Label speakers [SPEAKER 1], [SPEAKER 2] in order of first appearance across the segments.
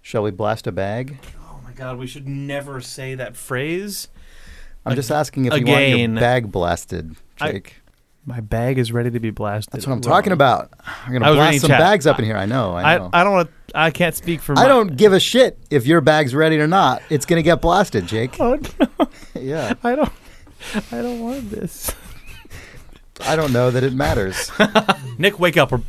[SPEAKER 1] Shall we blast a bag?
[SPEAKER 2] Oh my god, we should never say that phrase.
[SPEAKER 1] I'm just asking if you want
[SPEAKER 2] again.
[SPEAKER 1] your bag blasted,
[SPEAKER 2] I-
[SPEAKER 1] Jake.
[SPEAKER 3] My bag is ready to be blasted.
[SPEAKER 1] That's what I'm talking about. I'm
[SPEAKER 2] I
[SPEAKER 1] gonna
[SPEAKER 2] was
[SPEAKER 1] blast
[SPEAKER 2] reading
[SPEAKER 1] some
[SPEAKER 2] chat.
[SPEAKER 1] bags up in here. I know. I
[SPEAKER 3] I,
[SPEAKER 1] know. I,
[SPEAKER 3] I don't want to. I can't speak for. my,
[SPEAKER 1] don't give a shit if your bag's ready or not. It's gonna get blasted, Jake.
[SPEAKER 3] Oh, no,
[SPEAKER 1] yeah.
[SPEAKER 3] I don't. I don't want this.
[SPEAKER 1] I don't know that it matters.
[SPEAKER 2] Nick, wake up. We're, we're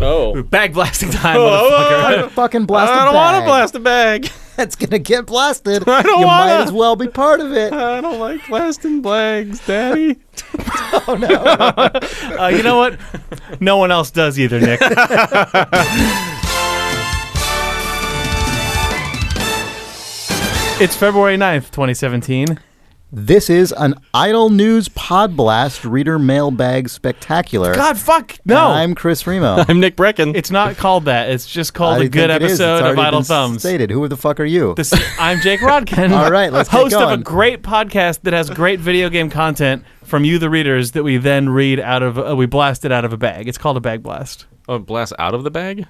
[SPEAKER 4] Oh.
[SPEAKER 2] bag blasting time,
[SPEAKER 1] I
[SPEAKER 2] motherfucker.
[SPEAKER 1] don't fucking blast a
[SPEAKER 4] I don't want to
[SPEAKER 1] bag.
[SPEAKER 4] blast a bag.
[SPEAKER 1] That's gonna get blasted.
[SPEAKER 4] I don't
[SPEAKER 1] you might
[SPEAKER 4] wanna.
[SPEAKER 1] as well be part of it.
[SPEAKER 4] I don't like blasting bags, Daddy.
[SPEAKER 1] Oh no.
[SPEAKER 2] Uh, you know what? No one else does either, Nick.
[SPEAKER 3] It's February 9th, 2017.
[SPEAKER 1] this is an Idle News Pod Blast Reader Mailbag Spectacular.
[SPEAKER 3] God, fuck no!
[SPEAKER 1] I'm Chris Remo.
[SPEAKER 4] I'm Nick Brecken.
[SPEAKER 3] it's not called that. It's just
[SPEAKER 1] I
[SPEAKER 3] called a
[SPEAKER 1] think
[SPEAKER 3] good
[SPEAKER 1] it is. It's
[SPEAKER 3] episode of
[SPEAKER 1] already
[SPEAKER 3] Idle
[SPEAKER 1] been
[SPEAKER 3] Thumbs.
[SPEAKER 1] Stated. Who the fuck are you?
[SPEAKER 3] This, I'm Jake Rodkin.
[SPEAKER 1] All right, let's get
[SPEAKER 3] host of
[SPEAKER 1] going.
[SPEAKER 3] a great podcast that has great video game content from you, the readers, that we then read out of. Uh, we blast it out of a bag. It's called a bag blast.
[SPEAKER 4] oh, blast out of the bag?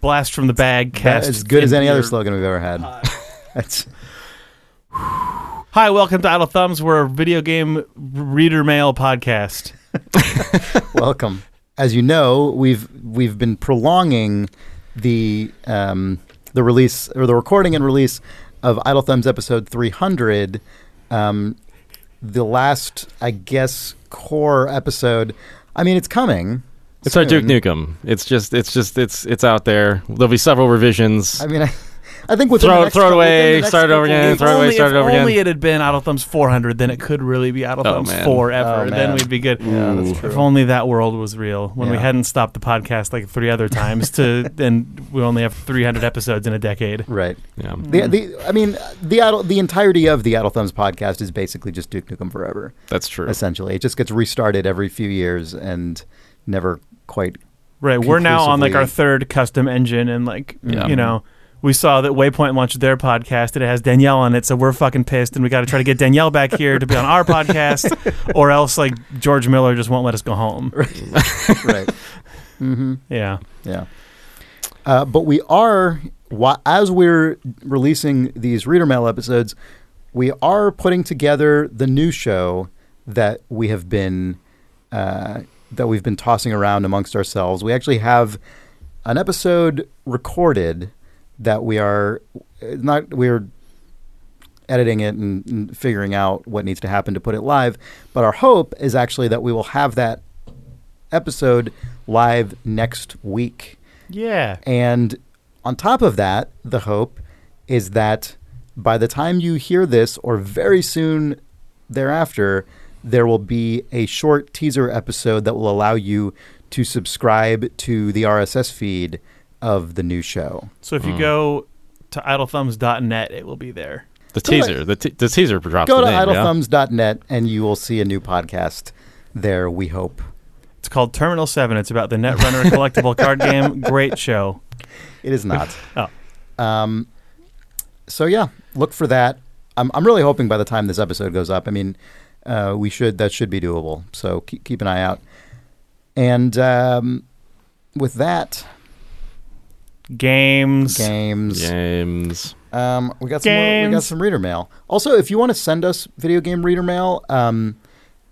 [SPEAKER 3] Blast from the bag. Cast
[SPEAKER 1] Uh, as good as
[SPEAKER 3] into
[SPEAKER 1] any other
[SPEAKER 3] your-
[SPEAKER 1] slogan we've ever had. That's
[SPEAKER 3] Hi, welcome to Idle Thumbs. We're a video game reader mail podcast.
[SPEAKER 1] welcome. As you know, we've we've been prolonging the um, the release or the recording and release of Idle Thumbs episode 300. Um, the last, I guess, core episode. I mean, it's coming.
[SPEAKER 4] It's our Duke
[SPEAKER 1] soon.
[SPEAKER 4] Nukem. It's just, it's just, it's, it's out there. There'll be several revisions.
[SPEAKER 1] I mean, I, I think within
[SPEAKER 4] Throw
[SPEAKER 1] the
[SPEAKER 4] it-
[SPEAKER 1] next,
[SPEAKER 4] throw it
[SPEAKER 1] cou- within
[SPEAKER 4] away,
[SPEAKER 1] the next
[SPEAKER 4] start it over
[SPEAKER 1] couple
[SPEAKER 4] again,
[SPEAKER 1] weeks-
[SPEAKER 4] throw it away,
[SPEAKER 3] only,
[SPEAKER 4] start
[SPEAKER 3] if
[SPEAKER 4] it over
[SPEAKER 3] only it
[SPEAKER 4] again.
[SPEAKER 3] had been Idle Thumbs 400, then it could really be Idle
[SPEAKER 4] Oh,
[SPEAKER 3] Thumbs
[SPEAKER 4] man.
[SPEAKER 3] forever.
[SPEAKER 1] Oh,
[SPEAKER 3] then
[SPEAKER 1] man.
[SPEAKER 3] we'd be good.
[SPEAKER 1] Yeah, that's
[SPEAKER 3] If
[SPEAKER 1] true.
[SPEAKER 3] only that world was real. When we
[SPEAKER 1] Yeah.
[SPEAKER 3] hadn't stopped the podcast like three other times to, and we only have 300 episodes in a decade.
[SPEAKER 1] Right.
[SPEAKER 4] yeah.
[SPEAKER 1] The, the, I mean, the Idle, the entirety of the Idle Thumbs podcast is basically just Duke Nukem Forever.
[SPEAKER 4] That's true.
[SPEAKER 1] essentially. It just gets restarted every few years and never quite.
[SPEAKER 3] Right. We're now on like our
[SPEAKER 1] Conclusively.
[SPEAKER 3] third custom engine, and like
[SPEAKER 4] Yeah.
[SPEAKER 3] you know, we saw that Waypoint launched their podcast and it has Danielle on it, so we're fucking pissed, and we got to try to get Danielle back here to be on our podcast, or else like George Miller just won't let us go home.
[SPEAKER 1] Right. mm-hmm.
[SPEAKER 3] Yeah.
[SPEAKER 1] Yeah. Uh, but we are, wh- as we're releasing these reader mail episodes, we are putting together the new show that we have been uh, that we've been tossing around amongst ourselves. We actually have an episode recorded that we are uh, not we're editing it and, and figuring out what needs to happen to put it live. But our hope is actually that we will have that episode live next week.
[SPEAKER 3] Yeah.
[SPEAKER 1] And on top of that, the hope is that by the time you hear this, or very soon thereafter, there will be a short teaser episode that will allow you to subscribe to the RSS feed of the new show.
[SPEAKER 3] So if you go to idlethumbs.net, it will be there.
[SPEAKER 4] The
[SPEAKER 1] Go to-
[SPEAKER 4] teaser. The, te- the teaser drops
[SPEAKER 1] Go
[SPEAKER 4] the
[SPEAKER 1] to
[SPEAKER 4] name, yeah?
[SPEAKER 1] idlethumbs.net and you will see a new podcast there, we hope.
[SPEAKER 3] It's called Terminal Seven. It's about the Netrunner collectible card game. Great show.
[SPEAKER 1] It is not.
[SPEAKER 3] Oh.
[SPEAKER 1] Um, so yeah, look for that. I'm I'm really hoping by the time this episode goes up, I mean, uh, we should that should be doable. So keep keep an eye out. And um, with that,
[SPEAKER 3] Games.
[SPEAKER 1] games.
[SPEAKER 4] Games.
[SPEAKER 1] Um, we got some More, we got
[SPEAKER 3] Games.
[SPEAKER 1] some reader mail. Also, if you want to send us video game reader mail, um,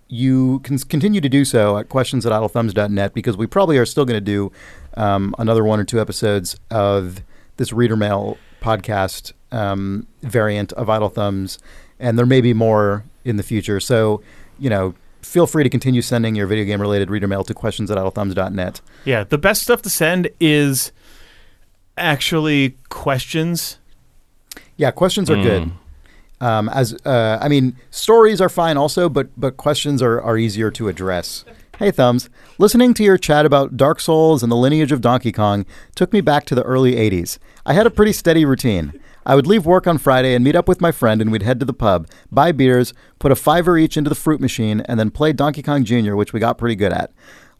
[SPEAKER 1] you can s- continue to do so at questions at idlethumbs.net because we probably are still going to do um, another one or two episodes of this reader mail podcast um, variant of Idle Thumbs, and there may be more in the future. So, you know, feel free to continue sending your video game related reader mail to questions at idlethumbs.net.
[SPEAKER 3] Yeah, the best stuff to send is actually questions.
[SPEAKER 1] Yeah, questions are good.
[SPEAKER 4] Mm.
[SPEAKER 1] Um, as uh, I mean, stories are fine also, but but questions are, are easier to address. Hey thumbs, listening to your chat about Dark Souls and the lineage of Donkey Kong took me back to the early '80s. I had a pretty steady routine. I would leave work on Friday and meet up with my friend, and we'd head to the pub, buy beers, put a fiver each into the fruit machine, and then play Donkey Kong Jr., which we got pretty good at.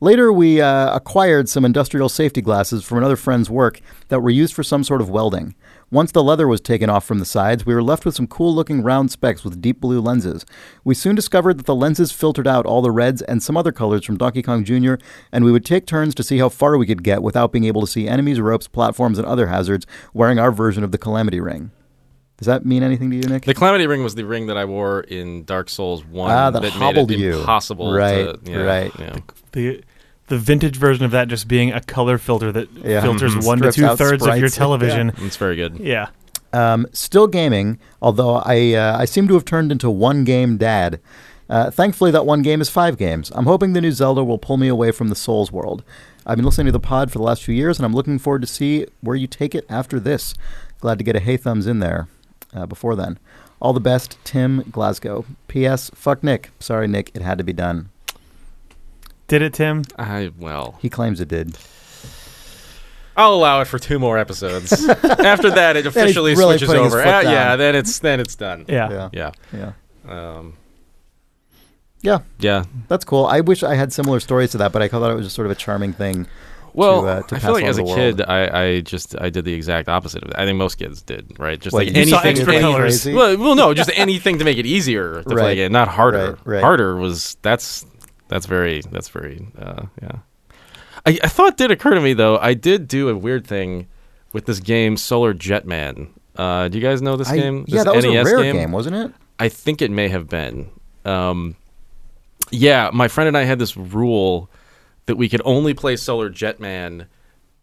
[SPEAKER 1] Later, we uh, acquired some industrial safety glasses from another friend's work that were used for some sort of welding. Once the leather was taken off from the sides, we were left with some cool looking round specks with deep blue lenses. We soon discovered that the lenses filtered out all the reds and some other colors from Donkey Kong Jr., and we would take turns to see how far we could get without being able to see enemies, ropes, platforms, and other hazards wearing our version of the Calamity Ring. Does that mean anything to you, Nick?
[SPEAKER 4] The Calamity Ring was the ring that I wore in Dark Souls One
[SPEAKER 1] Ah, that hobbled
[SPEAKER 4] made it
[SPEAKER 1] you.
[SPEAKER 4] impossible.
[SPEAKER 1] Right,
[SPEAKER 4] to, yeah,
[SPEAKER 1] right.
[SPEAKER 4] Yeah.
[SPEAKER 3] the the vintage version of that just being a color filter that
[SPEAKER 1] Yeah.
[SPEAKER 3] filters
[SPEAKER 1] Mhm.
[SPEAKER 3] one to
[SPEAKER 1] Strips out
[SPEAKER 3] two thirds of your
[SPEAKER 1] sprites.
[SPEAKER 3] television.
[SPEAKER 4] It's very good.
[SPEAKER 3] Yeah.
[SPEAKER 1] Um, still gaming, although I uh, I seem to have turned into one game dad. Uh, thankfully, that one game is five games. I'm hoping the new Zelda will pull me away from the Souls world. I've been listening to the pod for the last few years, and I'm looking forward to see where you take it after this. Glad to get a hey thumbs in there uh, before then. All the best, Tim Glasgow. P.S. Fuck Nick. Sorry, Nick. It had to be done.
[SPEAKER 3] Did it, Tim?
[SPEAKER 4] I well,
[SPEAKER 1] He claims it did.
[SPEAKER 4] I'll allow it for two more episodes. After that, it officially
[SPEAKER 1] really
[SPEAKER 4] switches
[SPEAKER 1] putting his
[SPEAKER 4] over.
[SPEAKER 1] foot
[SPEAKER 4] Ah, yeah,
[SPEAKER 1] down.
[SPEAKER 4] then it's then it's done.
[SPEAKER 3] Yeah.
[SPEAKER 1] Yeah.
[SPEAKER 4] Yeah.
[SPEAKER 1] Yeah.
[SPEAKER 4] Um,
[SPEAKER 1] Yeah.
[SPEAKER 4] yeah.
[SPEAKER 1] That's cool. I wish I had similar stories to that, but I thought it was just sort of a charming thing.
[SPEAKER 4] Well,
[SPEAKER 1] uh, to
[SPEAKER 4] I
[SPEAKER 1] pass
[SPEAKER 4] feel like
[SPEAKER 1] on
[SPEAKER 4] as
[SPEAKER 1] to
[SPEAKER 4] a
[SPEAKER 1] the
[SPEAKER 4] kid, I, I just I did the exact opposite of that. I think most kids did, right? Just
[SPEAKER 1] What,
[SPEAKER 4] like
[SPEAKER 1] you
[SPEAKER 4] anything,
[SPEAKER 3] saw extra
[SPEAKER 4] any-
[SPEAKER 3] colors.
[SPEAKER 1] crazy?
[SPEAKER 4] Well, well, no, just anything to make it easier to
[SPEAKER 1] Right.
[SPEAKER 4] play it, not harder.
[SPEAKER 1] Right, right.
[SPEAKER 4] Harder was that's that's very that's very uh, yeah. I, I thought it did occur to me though. I did do a weird thing with this game, Solar Jetman. Uh, do you guys know this
[SPEAKER 1] I-
[SPEAKER 4] game?
[SPEAKER 1] yeah,
[SPEAKER 4] this
[SPEAKER 1] that was
[SPEAKER 3] E
[SPEAKER 4] NES
[SPEAKER 1] a rare game, wasn't it?
[SPEAKER 4] I think it may have been. Um, yeah, my friend and I had this rule that we could only play Solar Jetman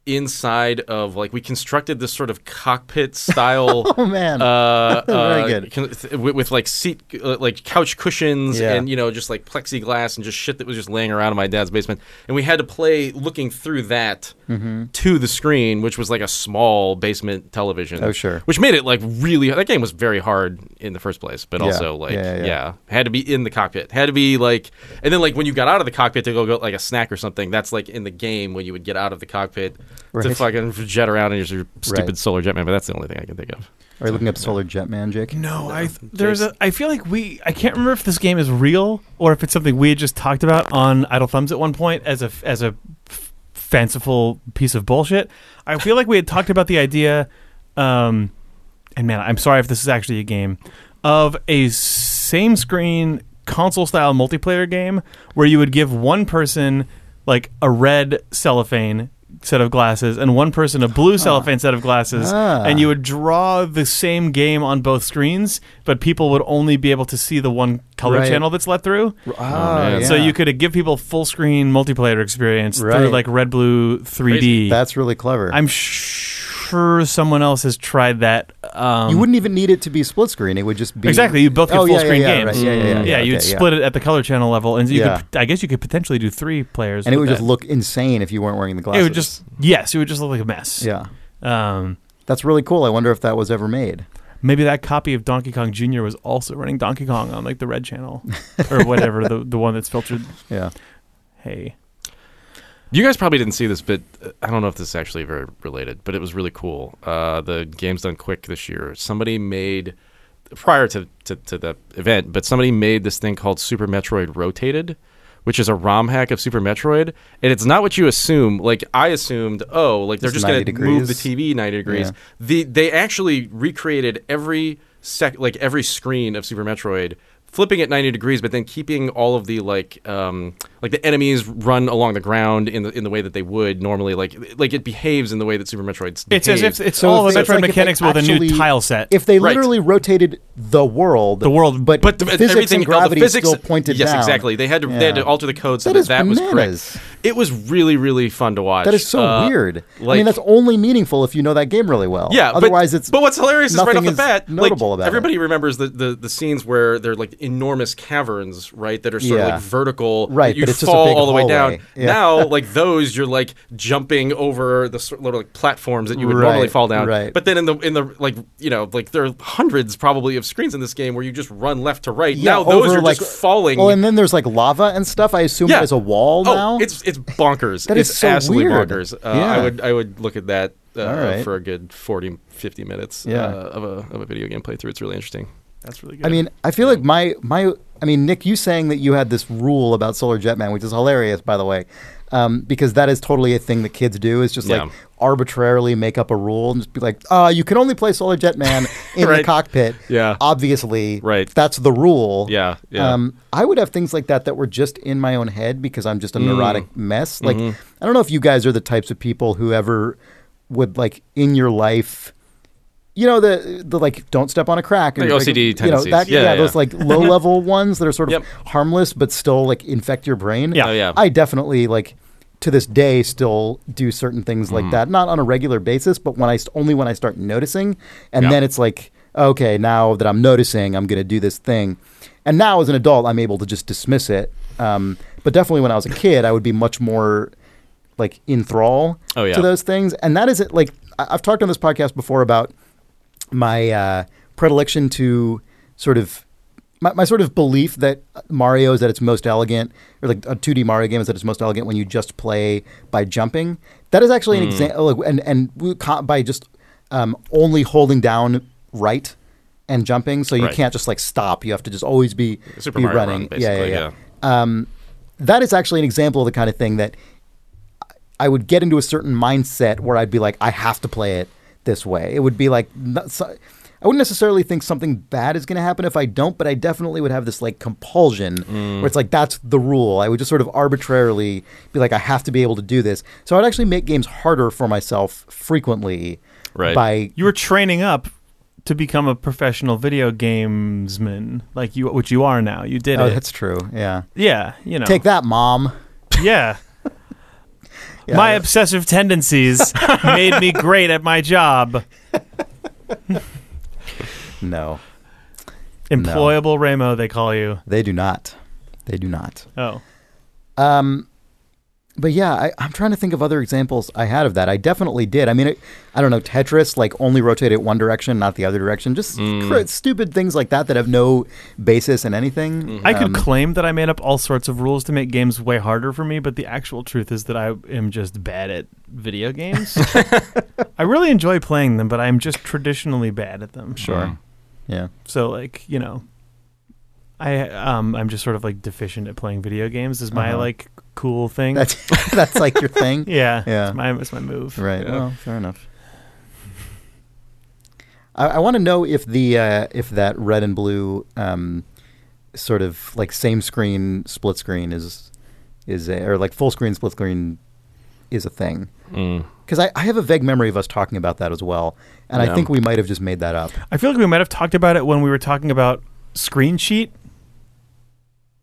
[SPEAKER 4] inside of like we constructed this sort of cockpit style.
[SPEAKER 1] Oh man.
[SPEAKER 4] Uh,
[SPEAKER 1] Very
[SPEAKER 4] uh,
[SPEAKER 1] good.
[SPEAKER 4] con- th- with, with like seat, uh, like couch cushions,
[SPEAKER 1] Yeah.
[SPEAKER 4] and you know, just like plexiglass and just shit that was just laying around in my dad's basement, and we had to play looking through that
[SPEAKER 1] Mm-hmm.
[SPEAKER 4] to the screen, which was like a small basement television.
[SPEAKER 1] Oh, sure.
[SPEAKER 4] which made it like really. That game was very hard in the first place, but
[SPEAKER 1] Yeah.
[SPEAKER 4] also like
[SPEAKER 1] Yeah, yeah, yeah.
[SPEAKER 4] yeah, had to be in the cockpit, had to be like, and then like when you got out of the cockpit to go go like a snack or something, that's like in the game when you would get out of the cockpit to
[SPEAKER 1] Right.
[SPEAKER 4] fucking jet around in your your stupid
[SPEAKER 1] Right.
[SPEAKER 4] solar jetman. But that's the only thing I can think of.
[SPEAKER 1] Are you looking up Solar Jetman, Jake?
[SPEAKER 3] No, I there's a. I feel like we. I can't remember if this game is real or if it's something we had just talked about on Idle Thumbs at one point as a f- as a f- fanciful piece of bullshit. I feel like we had talked about the idea, um, and man, I'm sorry if this is actually a game of a same screen console style multiplayer game where you would give one person like a red cellophane set of glasses and one person a blue cellophane set of glasses
[SPEAKER 1] Ah.
[SPEAKER 3] and you would draw the same game on both screens but people would only be able to see the one color
[SPEAKER 1] Right.
[SPEAKER 3] channel that's let through
[SPEAKER 1] Ah,
[SPEAKER 4] man.
[SPEAKER 3] Oh, so
[SPEAKER 1] yeah.
[SPEAKER 3] you could give people full screen multiplayer experience through
[SPEAKER 1] Right.
[SPEAKER 3] like red blue 3d
[SPEAKER 1] That's really clever.
[SPEAKER 3] i'm sure someone else has tried that um,
[SPEAKER 1] you wouldn't even need it to be split screen. It would just be
[SPEAKER 3] Exactly, you both get
[SPEAKER 1] oh,
[SPEAKER 3] full
[SPEAKER 1] yeah,
[SPEAKER 3] screen
[SPEAKER 1] yeah, yeah,
[SPEAKER 3] games.
[SPEAKER 1] Right. Yeah, yeah, yeah.
[SPEAKER 3] yeah, you'd
[SPEAKER 1] okay, yeah.
[SPEAKER 3] split it at the color channel level, and you
[SPEAKER 1] Yeah.
[SPEAKER 3] could, I guess you could potentially do three players,
[SPEAKER 1] and it
[SPEAKER 3] with
[SPEAKER 1] would just
[SPEAKER 3] that.
[SPEAKER 1] look insane if you weren't wearing the glasses.
[SPEAKER 3] It would just yes, it would just look like a mess.
[SPEAKER 1] yeah.
[SPEAKER 3] Um,
[SPEAKER 1] That's really cool. I wonder if that was ever made.
[SPEAKER 3] maybe that copy of Donkey Kong Jr. was also running Donkey Kong on like the red channel or whatever the the one that's filtered.
[SPEAKER 1] Yeah.
[SPEAKER 3] Hey,
[SPEAKER 4] You guys probably didn't see this, but uh, I don't know if this is actually very related, but it was really cool. Uh, the game's done quick this year. Somebody made prior to, to, to the event, but somebody made this thing called Super Metroid Rotated, which is a ROM hack of Super Metroid, and it's not what you assume. Like I assumed, oh, like they're
[SPEAKER 1] It's
[SPEAKER 4] just going
[SPEAKER 1] 90
[SPEAKER 4] to move the
[SPEAKER 1] degrees.
[SPEAKER 4] TV ninety degrees.
[SPEAKER 1] Yeah.
[SPEAKER 4] The they actually recreated every sec like every screen of Super Metroid, flipping it ninety degrees, but then keeping all of the like um like the enemies run along the ground in the in the way that they would normally. Like like it behaves in the way that Super Metroid.
[SPEAKER 3] it's as if it's
[SPEAKER 1] So
[SPEAKER 3] all
[SPEAKER 1] if
[SPEAKER 3] the
[SPEAKER 1] they- it's
[SPEAKER 3] Metroid
[SPEAKER 1] like if they
[SPEAKER 3] mechanics with a new
[SPEAKER 1] actually-
[SPEAKER 3] tile set.
[SPEAKER 1] If they
[SPEAKER 4] Right.
[SPEAKER 1] literally rotated the world,
[SPEAKER 3] The world-
[SPEAKER 1] but,
[SPEAKER 4] but the,
[SPEAKER 1] physics
[SPEAKER 4] everything
[SPEAKER 1] and gravity
[SPEAKER 4] all the physics
[SPEAKER 1] still pointed
[SPEAKER 4] yes
[SPEAKER 1] down.
[SPEAKER 4] exactly they had to they had to
[SPEAKER 1] Yeah.
[SPEAKER 4] alter the code so
[SPEAKER 1] That
[SPEAKER 4] that
[SPEAKER 1] is
[SPEAKER 4] that was
[SPEAKER 1] bananas.
[SPEAKER 4] correct it was really really fun to watch
[SPEAKER 1] That is so
[SPEAKER 4] Uh,
[SPEAKER 1] weird. I mean,
[SPEAKER 4] like-
[SPEAKER 1] that's only meaningful if you know that game really well.
[SPEAKER 4] yeah but-
[SPEAKER 1] Otherwise, it's
[SPEAKER 4] but what's hilarious is right off
[SPEAKER 1] nothing
[SPEAKER 4] the
[SPEAKER 1] is
[SPEAKER 4] bat like,
[SPEAKER 1] notable about it.
[SPEAKER 4] everybody remembers the, the the scenes where they're like enormous caverns right that are sort
[SPEAKER 1] Yeah.
[SPEAKER 4] of like vertical
[SPEAKER 1] Right,
[SPEAKER 4] that you
[SPEAKER 1] but it's just a
[SPEAKER 4] fall
[SPEAKER 1] big
[SPEAKER 4] all the way down
[SPEAKER 1] hallway. Yeah.
[SPEAKER 4] now like those you're like jumping over the sort of little like platforms that you would
[SPEAKER 1] Right,
[SPEAKER 4] normally fall down
[SPEAKER 1] right.
[SPEAKER 4] but then in the in the like you know like there are hundreds probably of screens in this game where you just run left to right
[SPEAKER 1] yeah,
[SPEAKER 4] now those
[SPEAKER 1] over,
[SPEAKER 4] are
[SPEAKER 1] like,
[SPEAKER 4] just falling
[SPEAKER 1] Well, and then there's like lava and stuff. I assume there's a wall
[SPEAKER 4] oh,
[SPEAKER 1] now.
[SPEAKER 4] It's it's bonkers.
[SPEAKER 1] That is
[SPEAKER 4] it's
[SPEAKER 1] so
[SPEAKER 4] absolutely
[SPEAKER 1] weird.
[SPEAKER 4] bonkers. Uh,
[SPEAKER 1] Yeah.
[SPEAKER 4] I would I would look at that uh,
[SPEAKER 1] All right.
[SPEAKER 4] for a good 40 50 minutes
[SPEAKER 1] Yeah.
[SPEAKER 4] uh, of a of a video game playthrough. It's really interesting.
[SPEAKER 3] That's really good.
[SPEAKER 1] I mean, I feel like my my. I mean, Nick, you saying that you had this rule about Solar Jetman, which is hilarious, by the way, um, because that is totally a thing that kids do. Is just
[SPEAKER 4] Yeah.
[SPEAKER 1] like arbitrarily make up a rule and just be like, uh, you can only play Solar Jetman in the
[SPEAKER 4] Right.
[SPEAKER 1] cockpit.
[SPEAKER 4] Yeah.
[SPEAKER 1] obviously,
[SPEAKER 4] Right.
[SPEAKER 1] That's the rule.
[SPEAKER 4] Yeah, yeah.
[SPEAKER 1] Um, I would have things like that that were just in my own head because I'm
[SPEAKER 4] Mm.
[SPEAKER 1] just a neurotic mess. Like,
[SPEAKER 4] Mm-hmm.
[SPEAKER 1] I don't know if you guys are the types of people who ever would like in your life. You know the the like don't step on a crack and
[SPEAKER 4] Like OCD
[SPEAKER 1] you know
[SPEAKER 4] tendencies.
[SPEAKER 1] that yeah,
[SPEAKER 4] Yeah, yeah,
[SPEAKER 1] those
[SPEAKER 4] yeah.
[SPEAKER 1] like low level ones that are sort of
[SPEAKER 4] Yep.
[SPEAKER 1] harmless but still like infect your brain.
[SPEAKER 3] Yeah.
[SPEAKER 4] Oh, yeah.
[SPEAKER 1] I definitely like to this day still do certain things
[SPEAKER 4] Mm-hmm.
[SPEAKER 1] like that, not on a regular basis, but when I st- only when I start noticing, and
[SPEAKER 4] Yeah.
[SPEAKER 1] then it's like okay, now that I'm noticing, I'm gonna do this thing, and now as an adult, I'm able to just dismiss it. Um, but definitely when I was a kid, I would be much more like in thrall
[SPEAKER 4] Oh, yeah.
[SPEAKER 1] to those things, and that is it. Like I- I've talked on this podcast before about my uh, predilection to sort of my, my sort of belief that Mario is at its most elegant, or like a 2D Mario game is at its most elegant when you just play by jumping. That is actually
[SPEAKER 4] Hmm.
[SPEAKER 1] an example, like, and and we ca- by just um, only holding down right and jumping, so you
[SPEAKER 4] Right.
[SPEAKER 1] can't just like stop. You have to just always be,
[SPEAKER 4] Super
[SPEAKER 1] be
[SPEAKER 4] Mario Run,
[SPEAKER 1] running.
[SPEAKER 4] basically,
[SPEAKER 1] Um, that is actually an example of the kind of thing that I would get into a certain mindset where I'd be like, I have to play it this way. It would be like, not- so- I wouldn't necessarily think something bad is going to happen if I don't, but I definitely would have this like compulsion
[SPEAKER 3] Mm.
[SPEAKER 1] where it's like, that's the rule. I would just sort of arbitrarily be like, I have to be able to do this. So I'd actually make games harder for myself frequently
[SPEAKER 4] Right.
[SPEAKER 1] by
[SPEAKER 3] you were training up to become a professional video gamesman, like you, which you are now. You did
[SPEAKER 1] Oh,
[SPEAKER 3] it. Oh.
[SPEAKER 1] that's true. Yeah.
[SPEAKER 3] yeah, you know.
[SPEAKER 1] Take that, mom.
[SPEAKER 3] Yeah.
[SPEAKER 1] Yeah,
[SPEAKER 3] my
[SPEAKER 1] yeah.
[SPEAKER 3] obsessive tendencies made me great at my job.
[SPEAKER 1] No,
[SPEAKER 3] Employable Ramo, they call you.
[SPEAKER 1] they do not. They do not.
[SPEAKER 3] Oh,
[SPEAKER 1] Um, but yeah, I, I'm trying to think of other examples I had of that. I definitely did. I mean, it, I don't know, Tetris, like only rotate it one direction, not the other direction. Just
[SPEAKER 4] Mm.
[SPEAKER 1] cr- stupid things like that that have no basis in anything.
[SPEAKER 3] I could
[SPEAKER 1] Um,
[SPEAKER 3] claim that I made up all sorts of rules to make games way harder for me, but the actual truth is that I am just bad at video games. I really enjoy playing them, but I'm just traditionally bad at them.
[SPEAKER 4] Sure.
[SPEAKER 1] yeah.
[SPEAKER 3] So like, you know, I um I'm just sort of like deficient at playing video games is my
[SPEAKER 1] Uh-huh.
[SPEAKER 3] like cool thing.
[SPEAKER 1] That's that's like your thing.
[SPEAKER 3] yeah.
[SPEAKER 1] Yeah.
[SPEAKER 3] It's my it's my move.
[SPEAKER 1] Right.
[SPEAKER 4] Yeah.
[SPEAKER 1] Well, fair enough. I, I want to know if the uh, if that red and blue um, sort of like same screen split screen is is a, or like full screen split screen is a thing.
[SPEAKER 4] Mm.
[SPEAKER 1] Because I, I have a vague memory of us talking about that as well, and I
[SPEAKER 4] Yeah.
[SPEAKER 1] think we might have just made that up.
[SPEAKER 3] I feel like we might have talked about it when we were talking about Screen Sheet.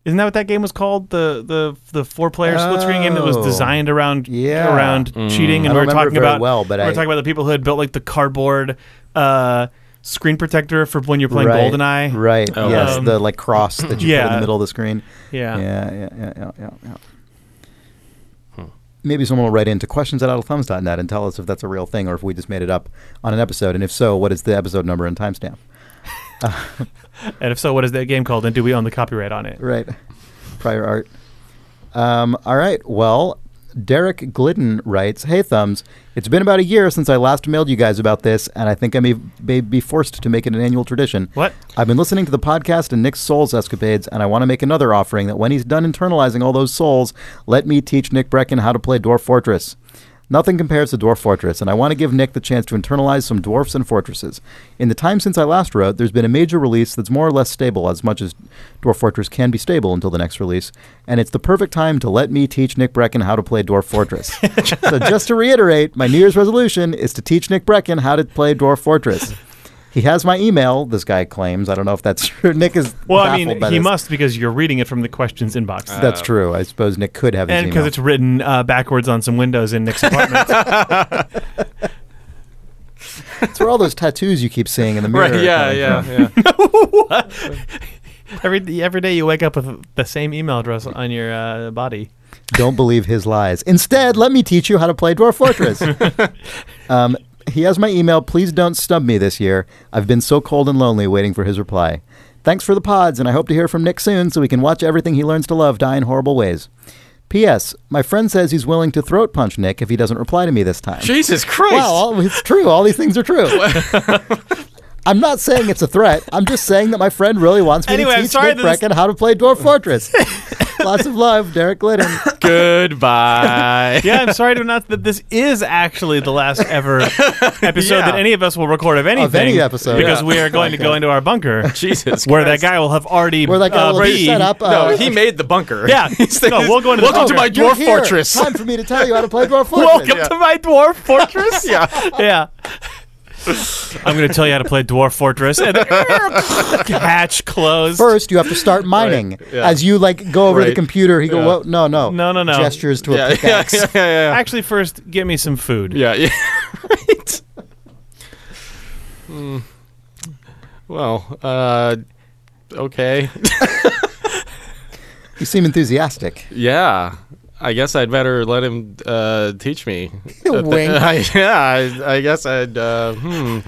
[SPEAKER 3] Isn't that what that game was called? The the the four player split screen game that was
[SPEAKER 1] Oh.
[SPEAKER 3] designed around
[SPEAKER 1] Yeah.
[SPEAKER 3] around
[SPEAKER 4] Mm.
[SPEAKER 3] cheating,
[SPEAKER 1] I don't
[SPEAKER 3] and we were
[SPEAKER 1] remember
[SPEAKER 3] talking
[SPEAKER 1] it very
[SPEAKER 3] about
[SPEAKER 1] well, but
[SPEAKER 3] we were
[SPEAKER 1] I-
[SPEAKER 3] talking about the people who had built like the cardboard uh, screen protector for when you're playing
[SPEAKER 1] right,
[SPEAKER 3] Goldeneye.
[SPEAKER 1] right?
[SPEAKER 4] Oh,
[SPEAKER 1] yes,
[SPEAKER 3] um,
[SPEAKER 1] the like cross that you put in
[SPEAKER 3] yeah.
[SPEAKER 1] the middle of the screen.
[SPEAKER 3] Yeah.
[SPEAKER 1] yeah, yeah, yeah, yeah. yeah, yeah.
[SPEAKER 4] Hmm.
[SPEAKER 1] Maybe someone will write into questions at idlethumbs.net and tell us if that's a real thing or if we just made it up on an episode, and if so, what is the episode number and timestamp?
[SPEAKER 3] And if so, what is that game called? And do we own the copyright on it?
[SPEAKER 1] Right. Prior art. Um, all right. Well, Derek Glidden writes Hey, Thumbs. It's been about a year since I last mailed you guys about this, and I think I may, may be forced to make it an annual tradition.
[SPEAKER 3] What?
[SPEAKER 1] I've been listening to the podcast and Nick's Souls escapades, and I want to make another offering that when he's done internalizing all those souls, let me teach Nick Brecken how to play Dwarf Fortress. Nothing compares to Dwarf Fortress, and I want to give Nick the chance to internalize some dwarfs and fortresses. In the time since I last wrote, there's been a major release that's more or less stable, as much as Dwarf Fortress can be stable until the next release, and it's the perfect time to let me teach Nick Brecken how to play Dwarf Fortress. so, just to reiterate, my New Year's resolution is to teach Nick Brecken how to play Dwarf Fortress. He has my email, this guy claims. I don't know if that's true. Nick is.
[SPEAKER 3] Well, I
[SPEAKER 1] baffled
[SPEAKER 3] mean,
[SPEAKER 1] by
[SPEAKER 3] he
[SPEAKER 1] this.
[SPEAKER 3] must because you're reading it from the questions inbox.
[SPEAKER 1] That's true. I suppose Nick could have his
[SPEAKER 3] and
[SPEAKER 1] email.
[SPEAKER 3] because it's written uh, backwards on some windows in Nick's apartment.
[SPEAKER 1] It's where all those tattoos you keep seeing in the mirror.
[SPEAKER 4] Right.
[SPEAKER 1] are
[SPEAKER 4] Yeah.
[SPEAKER 1] coming
[SPEAKER 4] Yeah.
[SPEAKER 1] from.
[SPEAKER 4] yeah.
[SPEAKER 3] every every day you wake up with the same email address on your uh, body.
[SPEAKER 1] Don't believe his lies. Instead, let me teach you how to play Dwarf Fortress. um, he has my email. Please don't snub me this year. I've been so cold and lonely waiting for his reply. Thanks for the pods, and I hope to hear from Nick soon so we can watch everything he learns to love die in horrible ways. P.S. My friend says he's willing to throat punch Nick if he doesn't reply to me this time.
[SPEAKER 4] Jesus Christ.
[SPEAKER 1] Wow, all, it's true. All these things are true. I'm not saying it's a threat. I'm just saying that my friend really wants me
[SPEAKER 2] Anyway,
[SPEAKER 1] to
[SPEAKER 2] I'm
[SPEAKER 1] teach
[SPEAKER 2] sorry
[SPEAKER 1] Nick
[SPEAKER 2] that this-
[SPEAKER 1] Brecken how to play Dwarf Fortress. Lots of love, Derek Glidden.
[SPEAKER 4] Goodbye.
[SPEAKER 3] yeah, I'm sorry to announce that this is actually the last ever episode
[SPEAKER 4] Yeah.
[SPEAKER 3] that any of us will record of anything.
[SPEAKER 1] any episode.
[SPEAKER 3] Because
[SPEAKER 4] Yeah.
[SPEAKER 3] we are going to go into our bunker
[SPEAKER 4] Jesus.
[SPEAKER 3] where that
[SPEAKER 4] Christ.
[SPEAKER 3] guy will have already
[SPEAKER 1] Where that guy
[SPEAKER 3] uh,
[SPEAKER 1] will be
[SPEAKER 3] be-
[SPEAKER 1] set up. Uh,
[SPEAKER 4] no, he made the bunker.
[SPEAKER 3] Yeah. No, we'll go into the
[SPEAKER 4] Welcome
[SPEAKER 3] bunker.
[SPEAKER 4] to my
[SPEAKER 1] You're
[SPEAKER 4] dwarf
[SPEAKER 1] here.
[SPEAKER 4] fortress.
[SPEAKER 1] Time for me to tell you how to play Dwarf Fortress.
[SPEAKER 3] Welcome to my dwarf fortress. yeah, yeah. I'm going to tell you how to play dwarf fortress. And then- hatch closed.
[SPEAKER 1] First, you have to start mining.
[SPEAKER 4] yeah.
[SPEAKER 1] As you like go over the
[SPEAKER 4] Right.
[SPEAKER 1] computer, he go,
[SPEAKER 4] Yeah.
[SPEAKER 1] "Whoa, no, no,
[SPEAKER 3] No, no, no.
[SPEAKER 1] Gestures to a
[SPEAKER 4] yeah, yeah,
[SPEAKER 1] pickaxe.
[SPEAKER 4] yeah, yeah,
[SPEAKER 3] Actually, first get me some food.
[SPEAKER 4] yeah, yeah, right. Hmm. Well, uh, okay.
[SPEAKER 1] You seem enthusiastic.
[SPEAKER 4] Yeah, I guess I'd better let him uh, teach me. Uh,
[SPEAKER 1] Wink.
[SPEAKER 4] I, yeah, I, I guess I'd. Uh, hmm.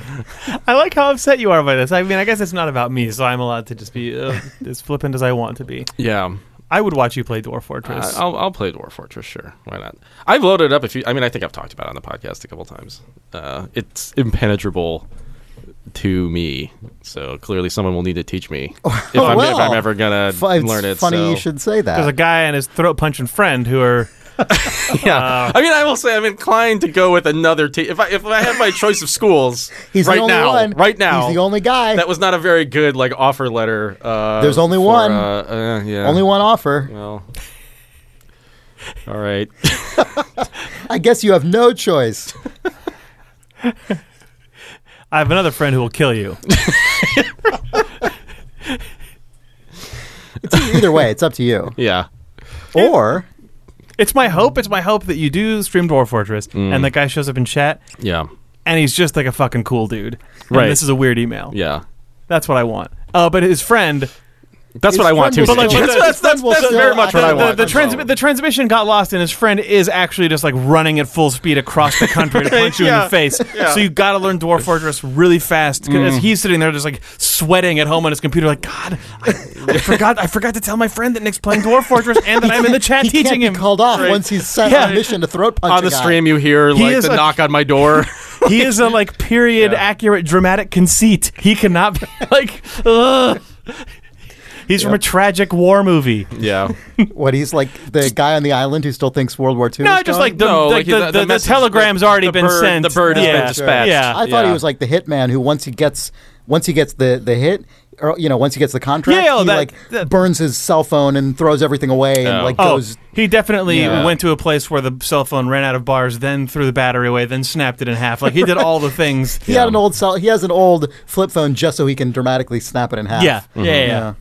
[SPEAKER 3] I like how upset you are by this. I mean, I guess it's not about me, so I'm allowed to just be uh, as flippant as I want to be.
[SPEAKER 4] Yeah,
[SPEAKER 3] I would watch you play Dwarf
[SPEAKER 4] I-
[SPEAKER 1] Uh,
[SPEAKER 3] Fortress.
[SPEAKER 4] I'll, I'll play Dwarf Fortress. Sure, why not? I've loaded up a few. I mean, I think I've talked about it on the podcast a couple times. Uh, it's impenetrable to me, so clearly someone will need to teach me if, I'm, if I'm
[SPEAKER 1] Well,
[SPEAKER 4] ever gonna
[SPEAKER 1] Fu- it's
[SPEAKER 4] learn it.
[SPEAKER 1] funny
[SPEAKER 4] so-
[SPEAKER 1] you should say
[SPEAKER 3] There's a
[SPEAKER 1] that.
[SPEAKER 3] guy and his throat punching friend who are.
[SPEAKER 4] Yeah,
[SPEAKER 3] Uh,
[SPEAKER 4] I mean, I will say I'm inclined to go with another team. If I if I had my choice of schools
[SPEAKER 1] He's
[SPEAKER 4] right
[SPEAKER 1] the only
[SPEAKER 4] now,
[SPEAKER 1] one.
[SPEAKER 4] right now,
[SPEAKER 1] he's the only guy.
[SPEAKER 4] that was not a very good like offer letter. Uh,
[SPEAKER 1] There's only
[SPEAKER 4] for,
[SPEAKER 1] one.
[SPEAKER 4] Uh, uh, yeah,
[SPEAKER 1] only one offer.
[SPEAKER 4] Well, all right.
[SPEAKER 1] I guess you have no choice.
[SPEAKER 3] I have another friend who will kill you.
[SPEAKER 1] Either way, it's up to you.
[SPEAKER 4] Yeah.
[SPEAKER 1] Or
[SPEAKER 3] It's my hope. It's my hope that you do stream Dwarf Fortress,
[SPEAKER 1] Mm.
[SPEAKER 3] and that guy shows up in chat,
[SPEAKER 4] Yeah.
[SPEAKER 3] and he's just like a fucking cool dude. And
[SPEAKER 4] Right.
[SPEAKER 3] This is a weird email.
[SPEAKER 4] Yeah.
[SPEAKER 3] That's what I want. Uh, but his friend.
[SPEAKER 4] That's what I want too.
[SPEAKER 1] friend will
[SPEAKER 4] Sanjay.
[SPEAKER 1] still-
[SPEAKER 4] that's that's, that's,
[SPEAKER 1] friend will
[SPEAKER 4] that's
[SPEAKER 1] still-
[SPEAKER 4] very much
[SPEAKER 1] I-
[SPEAKER 4] what I
[SPEAKER 3] the, the,
[SPEAKER 4] want. Oh.
[SPEAKER 3] the,
[SPEAKER 4] That's
[SPEAKER 3] trans-
[SPEAKER 4] what I want.
[SPEAKER 3] the transmission got lost, and his friend is actually just like running at full speed across the country to punch you in
[SPEAKER 4] Yeah, Mm.
[SPEAKER 3] the face. So you got to learn Dwarf Fortress really fast. Because he's sitting there just like sweating at home on his computer, like God, I, I forgot, I forgot to tell my friend that Nick's playing Dwarf Fortress, and that I'm in the chat
[SPEAKER 1] he can't
[SPEAKER 3] teaching
[SPEAKER 1] be
[SPEAKER 3] him.
[SPEAKER 1] called off once he's sent
[SPEAKER 3] Yeah.
[SPEAKER 1] on a mission to throat punch
[SPEAKER 4] on
[SPEAKER 1] a
[SPEAKER 4] the
[SPEAKER 1] guy.
[SPEAKER 4] stream, you hear like
[SPEAKER 3] is
[SPEAKER 4] the
[SPEAKER 3] a-
[SPEAKER 4] knock on my door.
[SPEAKER 3] He is a like period
[SPEAKER 4] Yeah.
[SPEAKER 3] accurate dramatic conceit. He cannot be like. Ugh. He's from a tragic war movie.
[SPEAKER 4] yeah.
[SPEAKER 1] What he's like the guy on the island who still thinks World War II.
[SPEAKER 3] No,
[SPEAKER 1] is
[SPEAKER 3] just
[SPEAKER 1] going?
[SPEAKER 3] like the,
[SPEAKER 4] No,
[SPEAKER 3] the,
[SPEAKER 4] like
[SPEAKER 3] the,
[SPEAKER 4] the-
[SPEAKER 3] the,
[SPEAKER 4] the
[SPEAKER 3] the
[SPEAKER 4] message-
[SPEAKER 3] telegram's
[SPEAKER 4] the-
[SPEAKER 3] already
[SPEAKER 4] the
[SPEAKER 3] been
[SPEAKER 4] bird-
[SPEAKER 3] sent.
[SPEAKER 4] the bird has
[SPEAKER 3] yeah.
[SPEAKER 4] been
[SPEAKER 1] Sure.
[SPEAKER 4] dispatched.
[SPEAKER 3] Yeah.
[SPEAKER 1] I thought
[SPEAKER 4] Yeah.
[SPEAKER 1] he was like the hitman who once he gets once he gets the the hit or you know once he gets the contract,
[SPEAKER 3] Yeah, oh,
[SPEAKER 1] he
[SPEAKER 3] that-
[SPEAKER 1] like
[SPEAKER 3] that-
[SPEAKER 1] burns his cell phone and throws everything away and
[SPEAKER 4] Oh.
[SPEAKER 1] like
[SPEAKER 3] Oh,
[SPEAKER 1] goes.
[SPEAKER 3] he definitely
[SPEAKER 4] Yeah.
[SPEAKER 3] went to a place where the cell phone ran out of bars, then threw the battery away, then snapped it in half. Like he did all the things.
[SPEAKER 1] He had an old cell. He has an old flip phone just so he can dramatically snap it in half. Mm-hmm.
[SPEAKER 3] Yeah. Yeah, yeah, yeah.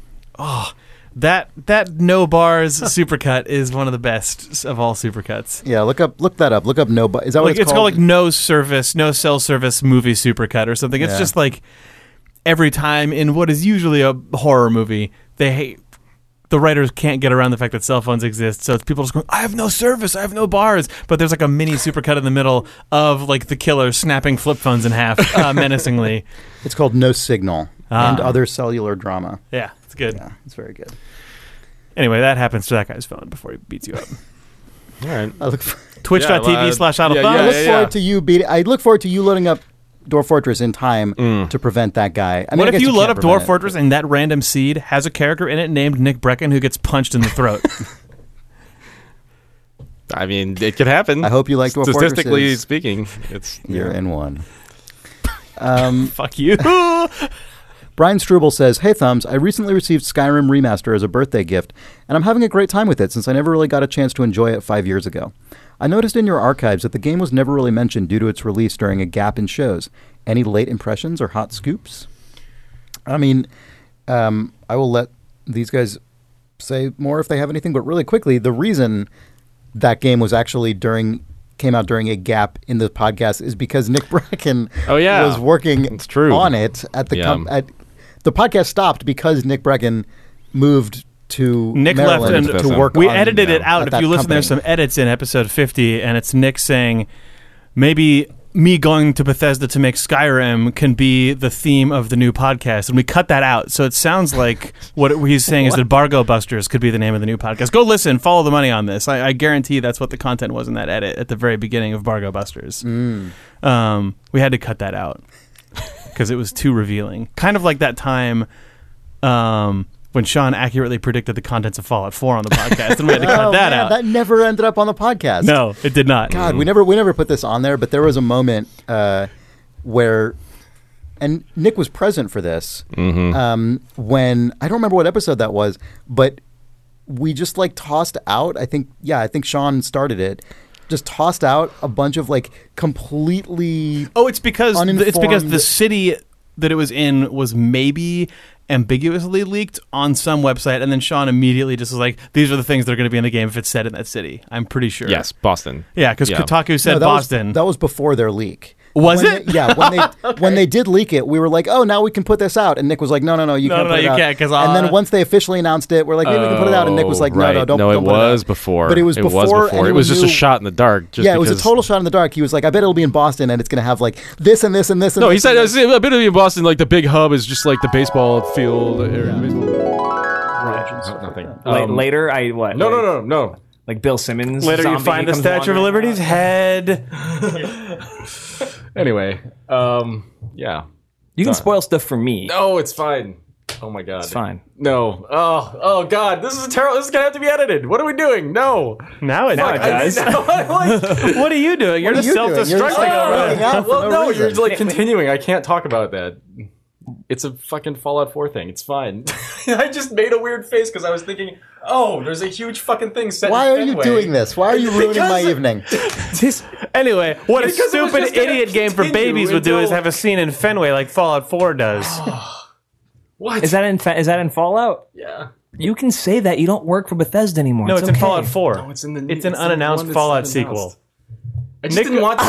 [SPEAKER 3] That that no bars supercut is one of the best of all supercuts.
[SPEAKER 1] Yeah, Look up. Look that up. Look up. No, but is that what
[SPEAKER 3] Like
[SPEAKER 1] it's,
[SPEAKER 3] it's, called
[SPEAKER 1] called?
[SPEAKER 3] like no service, no cell service movie supercut or something. It's
[SPEAKER 1] Yeah.
[SPEAKER 3] just like every time in what is usually a horror movie, they hate the writers can't get around the fact that cell phones exist, so it's people just going, "I have no service, I have no bars." But there's like a mini supercut in the middle of like the killer snapping flip phones in half uh, menacingly.
[SPEAKER 1] it's called No Signal and
[SPEAKER 3] Ah.
[SPEAKER 1] other cellular drama.
[SPEAKER 3] Yeah, it's good.
[SPEAKER 1] Yeah, it's very good.
[SPEAKER 3] Anyway, that happens to that guy's phone before he beats you up.
[SPEAKER 4] All right.
[SPEAKER 1] I look. For,
[SPEAKER 3] Twitch.tv
[SPEAKER 4] well,
[SPEAKER 3] slash
[SPEAKER 4] yeah,
[SPEAKER 3] idle
[SPEAKER 4] yeah,
[SPEAKER 1] I
[SPEAKER 3] thumbs.
[SPEAKER 1] look forward to you beating. I look forward to you loading up Dwarf Fortress in time to prevent that guy. I mean, I
[SPEAKER 3] Mm. what if
[SPEAKER 1] guess
[SPEAKER 3] you load
[SPEAKER 1] can't
[SPEAKER 3] up
[SPEAKER 1] prevent
[SPEAKER 3] Dwarf
[SPEAKER 1] it.
[SPEAKER 3] Fortress and that random seed has a character in it named Nick Brecken who gets punched in the throat?
[SPEAKER 4] I mean, it could happen.
[SPEAKER 1] I hope you like Dwarf
[SPEAKER 4] Statistically
[SPEAKER 1] Fortresses.
[SPEAKER 4] speaking, it's
[SPEAKER 1] You're in one.
[SPEAKER 3] Fuck you.
[SPEAKER 1] Brian Struble says, Hey Thumbs, I recently received Skyrim Remaster as a birthday gift, and I'm having a great time with it since I never really got a chance to enjoy it five years ago. I noticed in your archives that the game was never really mentioned due to its release during a gap in shows. Any late impressions or hot scoops? I mean, um, I will let these guys say more if they have anything, but really quickly, the reason that game was actually during came out during a gap in the podcast is because Nick Bracken
[SPEAKER 4] Oh, yeah.
[SPEAKER 1] was working
[SPEAKER 4] It's true.
[SPEAKER 1] on it at the
[SPEAKER 4] Yeah.
[SPEAKER 1] com- at the podcast stopped because Nick Brecken moved to
[SPEAKER 3] Nick
[SPEAKER 1] Maryland
[SPEAKER 3] left and-
[SPEAKER 1] to work.
[SPEAKER 3] We
[SPEAKER 1] on,
[SPEAKER 3] edited
[SPEAKER 1] you
[SPEAKER 3] it
[SPEAKER 1] know,
[SPEAKER 3] out.
[SPEAKER 1] at
[SPEAKER 3] If
[SPEAKER 1] that
[SPEAKER 3] you listen,
[SPEAKER 1] company.
[SPEAKER 3] there's some edits in episode 50, and it's Nick saying, maybe me going to Bethesda to make Skyrim can be the theme of the new podcast. And we cut that out. So it sounds like what he's saying is that Bargo Busters could be the name of the new podcast. Go listen, follow the money on this. I, I guarantee that's what the content was in that
[SPEAKER 1] Mm.
[SPEAKER 3] edit at the very beginning of Bargo Busters. Um, we had to cut that out. because it was too revealing. Kind of like that time um, when Sean accurately predicted the contents of Fallout 4 on the podcast, and we had to cut
[SPEAKER 1] Oh,
[SPEAKER 3] that
[SPEAKER 1] man,
[SPEAKER 3] out.
[SPEAKER 1] That never ended up on the podcast.
[SPEAKER 3] no, it did not.
[SPEAKER 1] God, we never we never put this on there, but there was a moment uh, where, and Nick was present for this um, when I don't remember what episode that was, but we just like tossed out. I think yeah, I think Sean started it. Just tossed out a bunch of like completely
[SPEAKER 3] Oh, it's because th- it's because the
[SPEAKER 1] Uninformed-
[SPEAKER 3] city that it was in was maybe ambiguously leaked on some website, and then Sean immediately just was like, "These are the things that are going to be in the game if it's set in that city." I'm pretty sure.
[SPEAKER 4] Yes, Boston.
[SPEAKER 3] Yeah, because Kotaku said
[SPEAKER 1] No, that was-
[SPEAKER 3] Boston.
[SPEAKER 1] that was before their leak.
[SPEAKER 3] Was
[SPEAKER 1] When
[SPEAKER 3] it?
[SPEAKER 1] they- yeah, when they when they did leak it, we were like, "Oh, now we can put this out." And Nick was like, "No, no, no, you
[SPEAKER 3] No,
[SPEAKER 1] can't
[SPEAKER 3] no,
[SPEAKER 1] put
[SPEAKER 3] no,
[SPEAKER 1] it
[SPEAKER 3] you
[SPEAKER 1] out."
[SPEAKER 3] can't, 'cause,
[SPEAKER 1] and
[SPEAKER 3] uh,
[SPEAKER 1] then once they officially announced it, we're like, "Maybe we can put it out." And Nick was like, "No, no,
[SPEAKER 4] Oh, right.
[SPEAKER 1] don't."
[SPEAKER 4] No,
[SPEAKER 1] don't
[SPEAKER 4] it
[SPEAKER 1] put out."
[SPEAKER 4] was before.
[SPEAKER 1] But it was before.
[SPEAKER 4] Was before. It
[SPEAKER 1] anyone
[SPEAKER 4] was just a
[SPEAKER 1] knew-
[SPEAKER 4] shot in the dark. Just
[SPEAKER 1] yeah, it was a
[SPEAKER 4] because-
[SPEAKER 1] total shot in the dark. He was like, "I bet it'll be in Boston, and it's going to have like this and this and this." And
[SPEAKER 4] No, he
[SPEAKER 1] this
[SPEAKER 4] said
[SPEAKER 1] and
[SPEAKER 4] uh,
[SPEAKER 1] this."
[SPEAKER 4] see, a bit of in Boston, like the big hub is just like the baseball field. Or baseball. Right. No, nothing.
[SPEAKER 5] La-
[SPEAKER 4] Um,
[SPEAKER 5] later, I what?
[SPEAKER 4] No,
[SPEAKER 5] like,
[SPEAKER 4] no, no, no.
[SPEAKER 5] Like Bill Simmons.
[SPEAKER 2] Later, you
[SPEAKER 5] zombie
[SPEAKER 2] find the
[SPEAKER 5] comes
[SPEAKER 2] Statue of
[SPEAKER 5] wandering.
[SPEAKER 2] Liberty's head.
[SPEAKER 4] Anyway, um, yeah.
[SPEAKER 5] You can spoil stuff for me.
[SPEAKER 4] No, it's fine. Oh my god,
[SPEAKER 5] It's fine.
[SPEAKER 4] No. Oh, oh god, this is a terrible. This is gonna have to be edited. What are we doing? No.
[SPEAKER 2] Now it
[SPEAKER 5] Now it does.
[SPEAKER 2] What are you doing? You're
[SPEAKER 1] What are
[SPEAKER 2] just
[SPEAKER 1] you doing?
[SPEAKER 2] self
[SPEAKER 1] You're just
[SPEAKER 2] destructing.
[SPEAKER 1] like-
[SPEAKER 2] over
[SPEAKER 1] Freaking out for
[SPEAKER 4] well,
[SPEAKER 1] no
[SPEAKER 4] no, you're
[SPEAKER 1] reason.
[SPEAKER 4] like continuing. I can't talk about that. It's a fucking Fallout 4 thing. It's fine. I just made a weird face because I was thinking, oh, there's a huge fucking thing set. in
[SPEAKER 1] "Why are you
[SPEAKER 4] Fenway.
[SPEAKER 1] doing this? Why are you ruining my
[SPEAKER 4] Because-
[SPEAKER 1] evening?"
[SPEAKER 5] This-
[SPEAKER 2] Anyway, what
[SPEAKER 4] Because it
[SPEAKER 2] a
[SPEAKER 4] was
[SPEAKER 2] stupid
[SPEAKER 4] just gonna
[SPEAKER 2] idiot game for
[SPEAKER 4] continue
[SPEAKER 2] babies would do is
[SPEAKER 4] until-
[SPEAKER 2] have a scene in Fenway like Fallout 4 does.
[SPEAKER 4] What?
[SPEAKER 5] is that in fa- is that in Fallout?
[SPEAKER 4] Yeah.
[SPEAKER 5] You can say that. You don't work for Bethesda anymore.
[SPEAKER 2] No, it's, in
[SPEAKER 5] okay.
[SPEAKER 2] Fallout 4.
[SPEAKER 4] No, it's in the.
[SPEAKER 2] It's an unannounced Fallout sequel.
[SPEAKER 4] I just didn't want.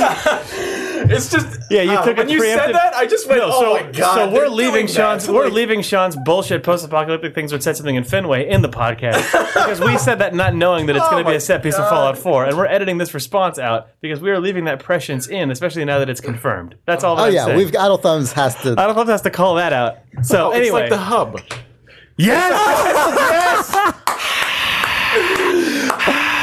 [SPEAKER 4] it's just.
[SPEAKER 2] Yeah, you
[SPEAKER 4] ah,
[SPEAKER 2] took a
[SPEAKER 4] when you said
[SPEAKER 2] preemptive-
[SPEAKER 4] that. I just went.
[SPEAKER 2] No,
[SPEAKER 4] oh
[SPEAKER 2] so,
[SPEAKER 4] my god.
[SPEAKER 2] so
[SPEAKER 4] they're
[SPEAKER 2] we're leaving
[SPEAKER 4] doing
[SPEAKER 2] Sean's
[SPEAKER 4] that.
[SPEAKER 2] we're
[SPEAKER 4] Like,
[SPEAKER 2] leaving Sean's bullshit post-apocalyptic things would set something in Fenway in the podcast because we said that not knowing that it's
[SPEAKER 4] Oh
[SPEAKER 2] going to be
[SPEAKER 4] my
[SPEAKER 2] a set piece of
[SPEAKER 4] God.
[SPEAKER 2] Fallout 4, and we're editing this response out because we are leaving that prescience in, especially now that it's confirmed. That's all. That
[SPEAKER 1] Oh
[SPEAKER 2] I'm
[SPEAKER 1] yeah,
[SPEAKER 2] saying.
[SPEAKER 1] we've Idle Thumbs has to.
[SPEAKER 2] I don't know if that's to call that out. So
[SPEAKER 4] oh, it's
[SPEAKER 2] anyway,
[SPEAKER 4] like the hub.
[SPEAKER 2] yes,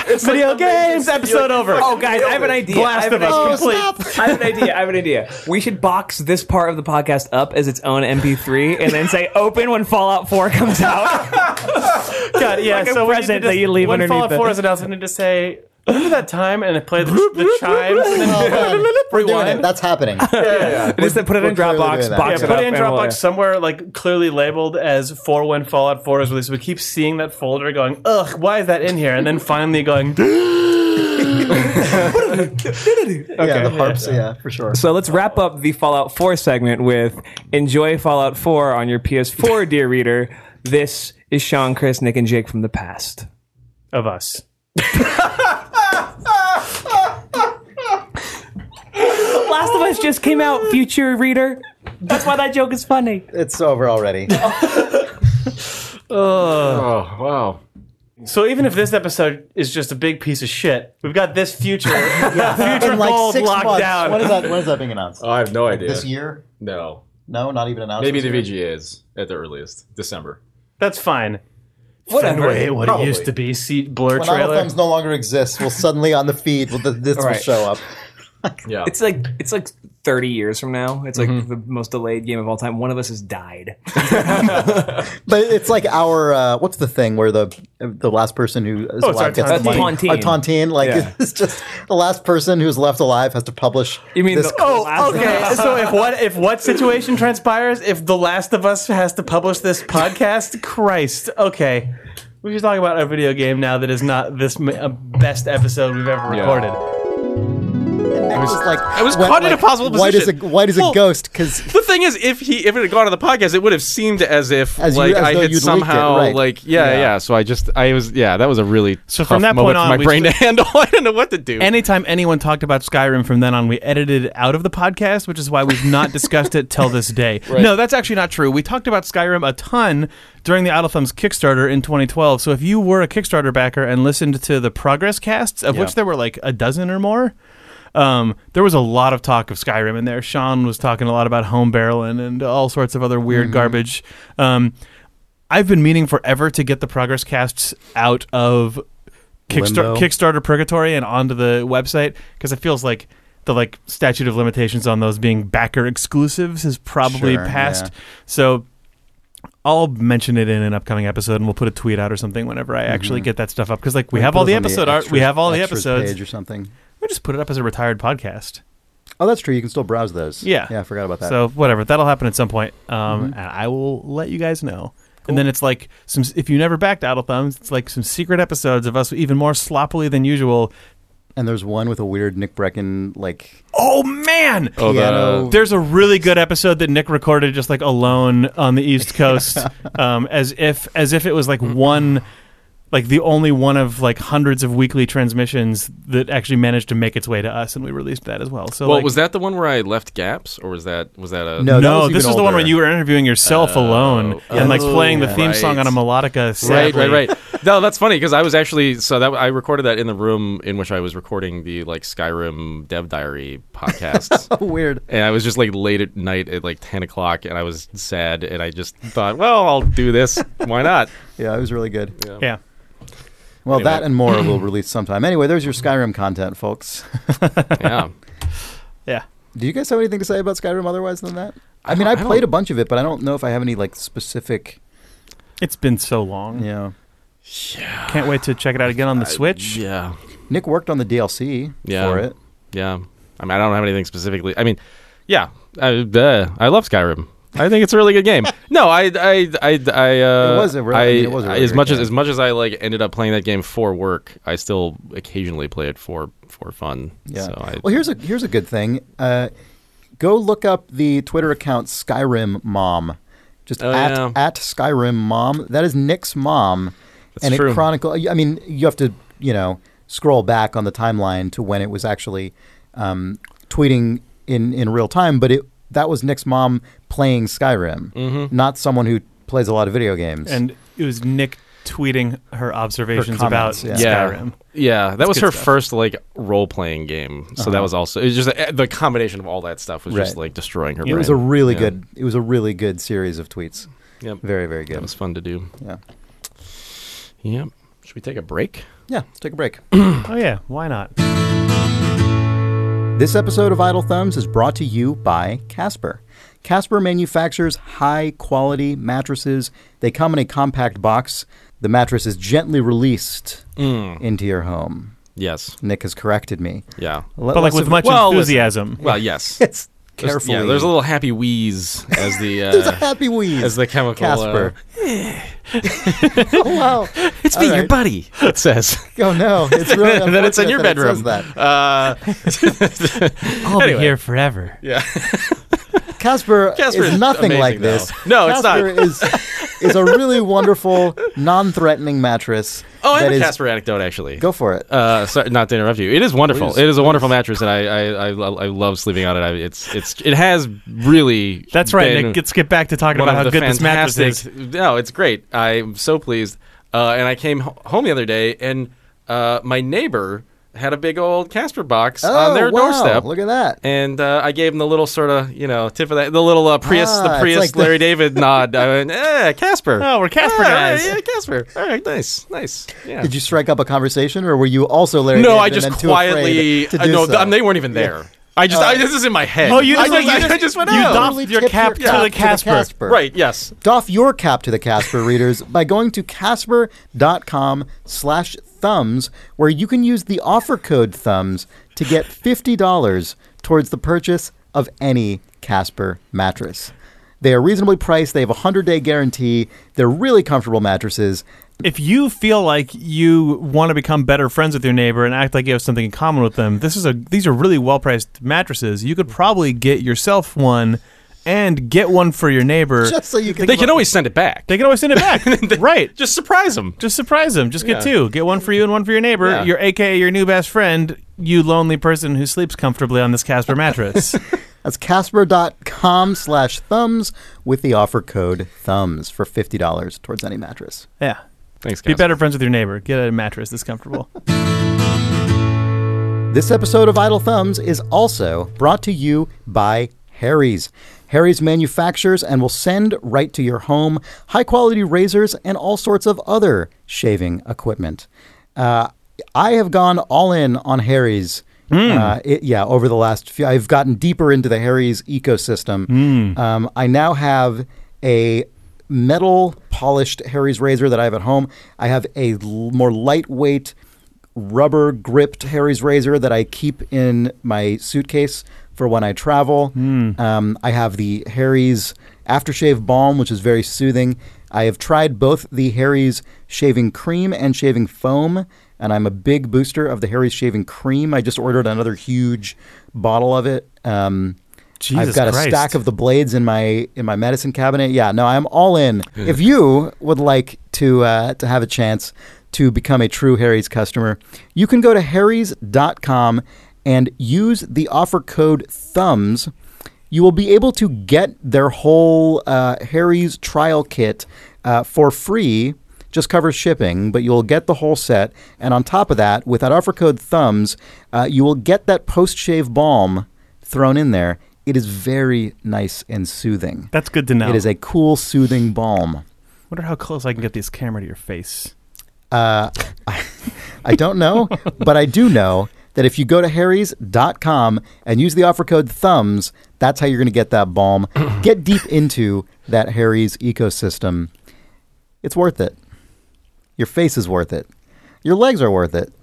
[SPEAKER 4] It's
[SPEAKER 2] video
[SPEAKER 4] like the
[SPEAKER 2] games
[SPEAKER 4] Avengers.
[SPEAKER 2] episode
[SPEAKER 4] You're
[SPEAKER 2] over.
[SPEAKER 5] Oh, guys, I have an idea. I
[SPEAKER 2] Blast
[SPEAKER 5] have an
[SPEAKER 2] of us
[SPEAKER 1] Oh,
[SPEAKER 5] idea.
[SPEAKER 2] complete.
[SPEAKER 5] I have an idea. I have an idea. We should box this part of the podcast up as its own MP3 and then say open when Fallout 4 comes out.
[SPEAKER 2] God, yeah.
[SPEAKER 5] Like a
[SPEAKER 2] so we need to
[SPEAKER 5] present
[SPEAKER 2] just-
[SPEAKER 5] that you leave
[SPEAKER 2] when
[SPEAKER 5] underneath
[SPEAKER 2] Fallout
[SPEAKER 5] it.
[SPEAKER 2] 4 is announced, I need to say. Remember that time and it played the, the chimes and then
[SPEAKER 1] Oh, man, we're doing it. That's happening.
[SPEAKER 5] Just put it in
[SPEAKER 1] we're clearly
[SPEAKER 5] Dropbox,
[SPEAKER 1] doing that.
[SPEAKER 5] box
[SPEAKER 2] Yeah,
[SPEAKER 5] it
[SPEAKER 2] put
[SPEAKER 5] up,
[SPEAKER 2] it in
[SPEAKER 5] and we'll-
[SPEAKER 2] Dropbox somewhere like clearly labeled as for when Fallout 4 is released. We keep seeing that folder going, ugh, why is that in here? And then finally going,
[SPEAKER 1] Yeah, the harps. Yeah, for sure.
[SPEAKER 5] So let's wrap up the Fallout 4 segment with enjoy Fallout 4 on your PS4, dear reader. This is Sean, Chris, Nick, and Jake from the past.
[SPEAKER 2] of us.
[SPEAKER 5] Last of Us just came out, future reader. That's why that joke is funny.
[SPEAKER 1] It's over already.
[SPEAKER 4] Oh wow.
[SPEAKER 2] So even if this episode is just a big piece of shit, we've got this future, future
[SPEAKER 1] In like
[SPEAKER 2] gold
[SPEAKER 1] six
[SPEAKER 2] locked
[SPEAKER 1] months.
[SPEAKER 2] down.
[SPEAKER 1] When is that? When is that being announced?
[SPEAKER 4] I have no idea.
[SPEAKER 1] This year?
[SPEAKER 4] No.
[SPEAKER 1] No, not even announced.
[SPEAKER 4] Maybe
[SPEAKER 1] this
[SPEAKER 4] the
[SPEAKER 1] year?
[SPEAKER 4] VGAs at the earliest, December.
[SPEAKER 2] That's fine.
[SPEAKER 5] Whatever.
[SPEAKER 2] Wait, what
[SPEAKER 4] Probably.
[SPEAKER 2] it used to be, see blur
[SPEAKER 1] When Idle
[SPEAKER 2] trailer.
[SPEAKER 1] Thumbs no longer exists, we'll suddenly on the feed. Well, th- this will
[SPEAKER 5] Right.
[SPEAKER 1] show up.
[SPEAKER 4] Yeah.
[SPEAKER 5] It's like it's like 30 years from now. It's like the most delayed game of all time. One of us has died.
[SPEAKER 1] But it's like our uh, what's the thing where the the last person who is
[SPEAKER 2] it's our
[SPEAKER 1] alive gets the money.
[SPEAKER 5] tontine. Tontine.
[SPEAKER 1] Our tontine, like
[SPEAKER 5] Yeah.
[SPEAKER 1] it's just the last person who's left alive has to publish.
[SPEAKER 5] You mean
[SPEAKER 1] this
[SPEAKER 5] the-
[SPEAKER 2] Oh, okay. So if what if what situation transpires, if The Last of Us has to publish this podcast, Christ. Okay, we're just talking about a video game now that is not this m- uh, best episode we've ever
[SPEAKER 4] Yeah.
[SPEAKER 2] recorded.
[SPEAKER 1] I was like, I
[SPEAKER 4] was caught in a possible
[SPEAKER 1] White as a
[SPEAKER 4] position.
[SPEAKER 1] white as a
[SPEAKER 4] Well-
[SPEAKER 1] ghost because
[SPEAKER 4] the thing is, if he if it had gone on the podcast, it would have seemed as if
[SPEAKER 1] As you-
[SPEAKER 4] like
[SPEAKER 1] as
[SPEAKER 4] I
[SPEAKER 1] though
[SPEAKER 4] had
[SPEAKER 1] you'd
[SPEAKER 4] somehow
[SPEAKER 1] leaked it, right.
[SPEAKER 4] like yeah,
[SPEAKER 1] Yeah.
[SPEAKER 4] yeah So I just I was yeah that was a really so
[SPEAKER 3] from that point
[SPEAKER 4] moment
[SPEAKER 3] on,
[SPEAKER 4] for my
[SPEAKER 3] we
[SPEAKER 4] brain
[SPEAKER 3] just-
[SPEAKER 4] to handle. I didn't know what to do.
[SPEAKER 3] Anytime anyone talked about Skyrim from then on, we edited it out of the podcast, which is why we've not discussed it till this day. No, that's actually not true. We talked about Skyrim a ton during the Idle Thumbs Kickstarter in 2012. So if you were a Kickstarter backer and listened to the progress casts, of which there were like a dozen or more, um, there was a lot of talk of Skyrim in there. Sean was talking a lot about home barreling and all sorts of other
[SPEAKER 1] Mm-hmm.
[SPEAKER 3] weird garbage. Um, I've been meaning forever to get the progress casts out of
[SPEAKER 1] Limbo.
[SPEAKER 3] Kickstar- Kickstarter Purgatory and onto the website because it feels like the like statute of limitations on those being backer exclusives has probably
[SPEAKER 1] Sure,
[SPEAKER 3] passed.
[SPEAKER 1] yeah.
[SPEAKER 3] So I'll mention it in an upcoming episode, and we'll put a tweet out or something whenever I actually get that stuff up because like we, have
[SPEAKER 1] Mm-hmm. put
[SPEAKER 3] all
[SPEAKER 1] it
[SPEAKER 3] the
[SPEAKER 1] on
[SPEAKER 3] episode art, we
[SPEAKER 1] extras-
[SPEAKER 3] have all the
[SPEAKER 1] extras
[SPEAKER 3] episodes.
[SPEAKER 1] page or something.
[SPEAKER 3] We just put it up as a retired podcast.
[SPEAKER 1] Oh, that's true. You can still browse those.
[SPEAKER 3] Yeah.
[SPEAKER 1] yeah. I forgot about that. Mm-hmm.
[SPEAKER 3] So whatever, that'll happen at some point, um, and I will let you guys know. And then it's like some. If you never backed Idle Thumbs, it's like some secret episodes of us, even more sloppily than usual.
[SPEAKER 1] and there's one with a weird Nick Brecken like
[SPEAKER 3] Oh man!
[SPEAKER 4] Oh, the-
[SPEAKER 1] Piano.
[SPEAKER 3] There's a really good episode that Nick recorded just like alone on the East Coast, um, as if as if it was like one, like the only one of like hundreds of weekly transmissions that actually managed to make its way to us, and we released that as well. So
[SPEAKER 4] well,
[SPEAKER 3] like,
[SPEAKER 4] was that the one where I left gaps, or was that was that a
[SPEAKER 1] No, that was
[SPEAKER 3] no,
[SPEAKER 1] even
[SPEAKER 3] this is the one
[SPEAKER 1] older.
[SPEAKER 3] where you were interviewing yourself alone
[SPEAKER 4] Oh,
[SPEAKER 3] and like
[SPEAKER 4] oh,
[SPEAKER 3] playing the theme
[SPEAKER 4] right.
[SPEAKER 3] song on a melodica.
[SPEAKER 4] Right,
[SPEAKER 3] Sadly.
[SPEAKER 4] right, right. No, that's funny because I was actually so that I recorded that in the room in which I was recording the like Skyrim Dev Diary podcast.
[SPEAKER 1] weird.
[SPEAKER 4] and I was just like late at night at like 10 o'clock and I was sad and I just thought, well, I'll do this. Why not?
[SPEAKER 1] Yeah, it was really good.
[SPEAKER 3] Yeah.
[SPEAKER 1] Well,
[SPEAKER 4] Anyway.
[SPEAKER 1] that and more we'll release sometime. Anyway, there's your Skyrim content, folks.
[SPEAKER 4] Yeah.
[SPEAKER 3] Yeah.
[SPEAKER 1] Do you guys have anything to say about Skyrim otherwise than that? I, mean, I,
[SPEAKER 4] don't- I
[SPEAKER 1] played
[SPEAKER 4] don't-
[SPEAKER 1] a bunch of it, but I don't know if I have any like specific.
[SPEAKER 3] It's been so long.
[SPEAKER 1] You know,
[SPEAKER 3] Can't wait to check it out again on the Switch.
[SPEAKER 4] Yeah.
[SPEAKER 1] Nick worked on the DLC
[SPEAKER 4] Yeah.
[SPEAKER 1] for it.
[SPEAKER 4] Yeah. I mean, I don't have anything specifically. I mean, yeah. I, uh, I love Skyrim. I think it's a really good game. No, I, I, I, I. Uh,
[SPEAKER 1] It was a really- I
[SPEAKER 4] I,
[SPEAKER 1] mean, it was a really
[SPEAKER 4] as
[SPEAKER 1] good
[SPEAKER 4] much as
[SPEAKER 1] game.
[SPEAKER 4] as much as I like ended up playing that game for work. I still occasionally play it for for fun.
[SPEAKER 1] Yeah.
[SPEAKER 4] So I,
[SPEAKER 1] well, here's a here's a good thing. Uh, go look up the Twitter account Skyrim Mom. Just
[SPEAKER 4] Oh,
[SPEAKER 1] at
[SPEAKER 4] yeah.
[SPEAKER 1] at Skyrim Mom. That is Nick's mom,
[SPEAKER 4] That's
[SPEAKER 1] and it
[SPEAKER 4] true.
[SPEAKER 1] chronicle. I mean, you have to you know scroll back on the timeline to when it was actually um, tweeting in in real time, but it that was Nick's mom playing Skyrim,
[SPEAKER 4] Mm-hmm.
[SPEAKER 1] not someone who plays a lot of video games.
[SPEAKER 3] And it was Nick tweeting her observations
[SPEAKER 1] comments,
[SPEAKER 3] about
[SPEAKER 4] yeah.
[SPEAKER 3] Skyrim.
[SPEAKER 4] Yeah, that was
[SPEAKER 3] good
[SPEAKER 4] her
[SPEAKER 3] stuff.
[SPEAKER 4] first like role playing game. So that was also it was just uh, the combination of all that stuff was just
[SPEAKER 1] Uh-huh. Right.
[SPEAKER 4] like destroying her.
[SPEAKER 1] it
[SPEAKER 4] brain.
[SPEAKER 1] was a really
[SPEAKER 4] Yeah.
[SPEAKER 1] good. It was a really good series of tweets.
[SPEAKER 4] Yep.
[SPEAKER 1] Very very good.
[SPEAKER 4] That was fun to do.
[SPEAKER 1] yeah.
[SPEAKER 4] Yep. Should we take a break?
[SPEAKER 1] Yeah. Let's take a break.
[SPEAKER 3] Oh yeah, why not?
[SPEAKER 1] This episode of Idle Thumbs is brought to you by Casper. Casper manufactures high quality mattresses. They come in a compact box. The mattress is gently released
[SPEAKER 4] Mm.
[SPEAKER 1] into your home.
[SPEAKER 4] Yes.
[SPEAKER 1] Nick has corrected me.
[SPEAKER 4] Yeah.
[SPEAKER 1] Let-
[SPEAKER 3] But like
[SPEAKER 1] let's-
[SPEAKER 3] with much
[SPEAKER 4] Well, listen.
[SPEAKER 3] enthusiasm.
[SPEAKER 4] Well, yes.
[SPEAKER 1] it's
[SPEAKER 4] There's-
[SPEAKER 1] carefully.
[SPEAKER 4] Yeah, there's a little happy wheeze as the uh,
[SPEAKER 1] There's a happy wheeze.
[SPEAKER 4] as the chemical.
[SPEAKER 1] Casper.
[SPEAKER 4] uh,
[SPEAKER 1] oh wow!
[SPEAKER 4] it's me,
[SPEAKER 1] All
[SPEAKER 4] your
[SPEAKER 1] right.
[SPEAKER 4] buddy. It says,
[SPEAKER 1] Oh no! It's really.
[SPEAKER 4] and then it's in
[SPEAKER 1] unfortunate
[SPEAKER 4] your
[SPEAKER 1] that it says that.
[SPEAKER 4] bedroom. Uh,
[SPEAKER 3] I'll
[SPEAKER 4] Anyway.
[SPEAKER 3] be here forever.
[SPEAKER 1] Casper,
[SPEAKER 4] Casper
[SPEAKER 1] is
[SPEAKER 4] is
[SPEAKER 1] nothing
[SPEAKER 4] amazing,
[SPEAKER 1] like this.
[SPEAKER 4] though. No, it's not.
[SPEAKER 1] Casper Is is a really wonderful, non-threatening mattress.
[SPEAKER 4] oh, I have
[SPEAKER 1] that
[SPEAKER 4] a
[SPEAKER 1] is-
[SPEAKER 4] Casper anecdote actually.
[SPEAKER 1] Go for it.
[SPEAKER 4] Uh, sorry, not to interrupt you. It is wonderful.
[SPEAKER 1] Please,
[SPEAKER 4] it is a wonderful mattress, and I, I, I, lo- I love sleeping on it. I, it's, it's, it has really.
[SPEAKER 3] That's right,
[SPEAKER 4] been
[SPEAKER 3] Nick. Let's get back to talking
[SPEAKER 4] one
[SPEAKER 3] about
[SPEAKER 4] of
[SPEAKER 3] how
[SPEAKER 4] the
[SPEAKER 3] good this mattress is.
[SPEAKER 4] fantastic- No, it's great. I'm so pleased. Uh, and I came ho- home the other day, and uh, my neighbor had a big old Casper box
[SPEAKER 1] oh,
[SPEAKER 4] Uh, on their
[SPEAKER 1] wow,
[SPEAKER 4] doorstep.
[SPEAKER 1] Look at that.
[SPEAKER 4] and uh, I gave him the little sort of, you know, tip of the, the little uh, Prius,
[SPEAKER 1] Ah,
[SPEAKER 4] the
[SPEAKER 1] it's
[SPEAKER 4] Prius
[SPEAKER 1] like the-
[SPEAKER 4] Larry David nod. I went, eh, Casper.
[SPEAKER 3] Oh, we're Casper
[SPEAKER 4] Yeah,
[SPEAKER 3] guys.
[SPEAKER 4] Yeah, Casper. All right, nice, nice. Yeah.
[SPEAKER 1] Did you strike up a conversation, or were you also Larry?
[SPEAKER 4] No,
[SPEAKER 1] David
[SPEAKER 4] I
[SPEAKER 1] and
[SPEAKER 4] just
[SPEAKER 1] then too
[SPEAKER 4] quietly.
[SPEAKER 1] afraid To
[SPEAKER 4] I-
[SPEAKER 1] do
[SPEAKER 4] no,
[SPEAKER 1] so?
[SPEAKER 4] th- they weren't even there. I just. I, this is in my head.
[SPEAKER 3] Oh, you
[SPEAKER 4] I
[SPEAKER 3] just,
[SPEAKER 4] just,
[SPEAKER 3] you
[SPEAKER 4] I,
[SPEAKER 3] just,
[SPEAKER 4] I just went
[SPEAKER 3] you
[SPEAKER 4] out.
[SPEAKER 3] doffed
[SPEAKER 1] Totally
[SPEAKER 3] your
[SPEAKER 1] tipped your
[SPEAKER 3] cap to
[SPEAKER 1] cap to
[SPEAKER 3] the
[SPEAKER 1] the
[SPEAKER 3] Casper.
[SPEAKER 1] Casper.
[SPEAKER 4] Right. Yes.
[SPEAKER 1] Doff your cap to the Casper readers by going to casper.com slash thumbs, where you can use the offer code thumbs to get $50 towards the purchase of any Casper mattress. They are reasonably priced. They have a 100-day guarantee. They're really comfortable mattresses.
[SPEAKER 3] If you feel like you want to become better friends with your neighbor and act like you have something in common with them, this is a these are really well priced mattresses. You could probably get yourself one and get one for your neighbor.
[SPEAKER 1] Just so you can...
[SPEAKER 4] They can always send it back.
[SPEAKER 3] they can always send it back. right.
[SPEAKER 4] Just surprise them.
[SPEAKER 3] Just surprise them. Just get
[SPEAKER 4] Yeah.
[SPEAKER 3] two. Get one for you and one for your neighbor.
[SPEAKER 4] Yeah.
[SPEAKER 3] Your AKA your new best friend, you lonely person who sleeps comfortably on this Casper mattress.
[SPEAKER 1] That's casper.com slash thumbs with the offer code thumbs for $50 towards any mattress.
[SPEAKER 3] yeah.
[SPEAKER 4] Thanks,
[SPEAKER 3] Be
[SPEAKER 4] guys.
[SPEAKER 3] better friends with your neighbor. Get a mattress that's comfortable.
[SPEAKER 1] This episode of Idle Thumbs is also brought to you by Harry's. Harry's manufactures and will send right to your home high quality razors and all sorts of other shaving equipment. Uh, I have gone all in on Harry's Uh, it, yeah, over the last few, I've gotten deeper into the Harry's ecosystem. Um, I now have a metal polished Harry's razor that I have at home. I have a l- more lightweight rubber gripped Harry's razor that I keep in my suitcase for when I travel.
[SPEAKER 3] Hmm.
[SPEAKER 1] Um, I have the Harry's aftershave balm, which is very soothing. I have tried both the Harry's shaving cream and shaving foam, and I'm a big booster of the Harry's shaving cream. I just ordered another huge bottle of it. Um, I've
[SPEAKER 3] Jesus
[SPEAKER 1] got
[SPEAKER 3] Christ.
[SPEAKER 1] a stack of the blades in my in my medicine cabinet. Yeah, no, I'm all in. if you would like to uh, to have a chance to become a true Harry's customer, you can go to harrys.com and use the offer code thumbs. You will be able to get their whole uh, Harry's trial kit uh, for free just covers shipping, but you'll get the whole set. And on top of that, with that offer code thumbs, uh, you will get that post shave balm thrown in there. It is very nice and soothing.
[SPEAKER 3] That's good to know.
[SPEAKER 1] It is a cool, soothing balm.
[SPEAKER 3] Wonder how close I can get this camera to your face.
[SPEAKER 1] Uh, I, I don't know, but I do know that if you go to harrys.com and use the offer code thumbs, that's how you're going to get that balm. get deep into that Harry's ecosystem. It's worth it. Your face is worth it. Your legs are worth it.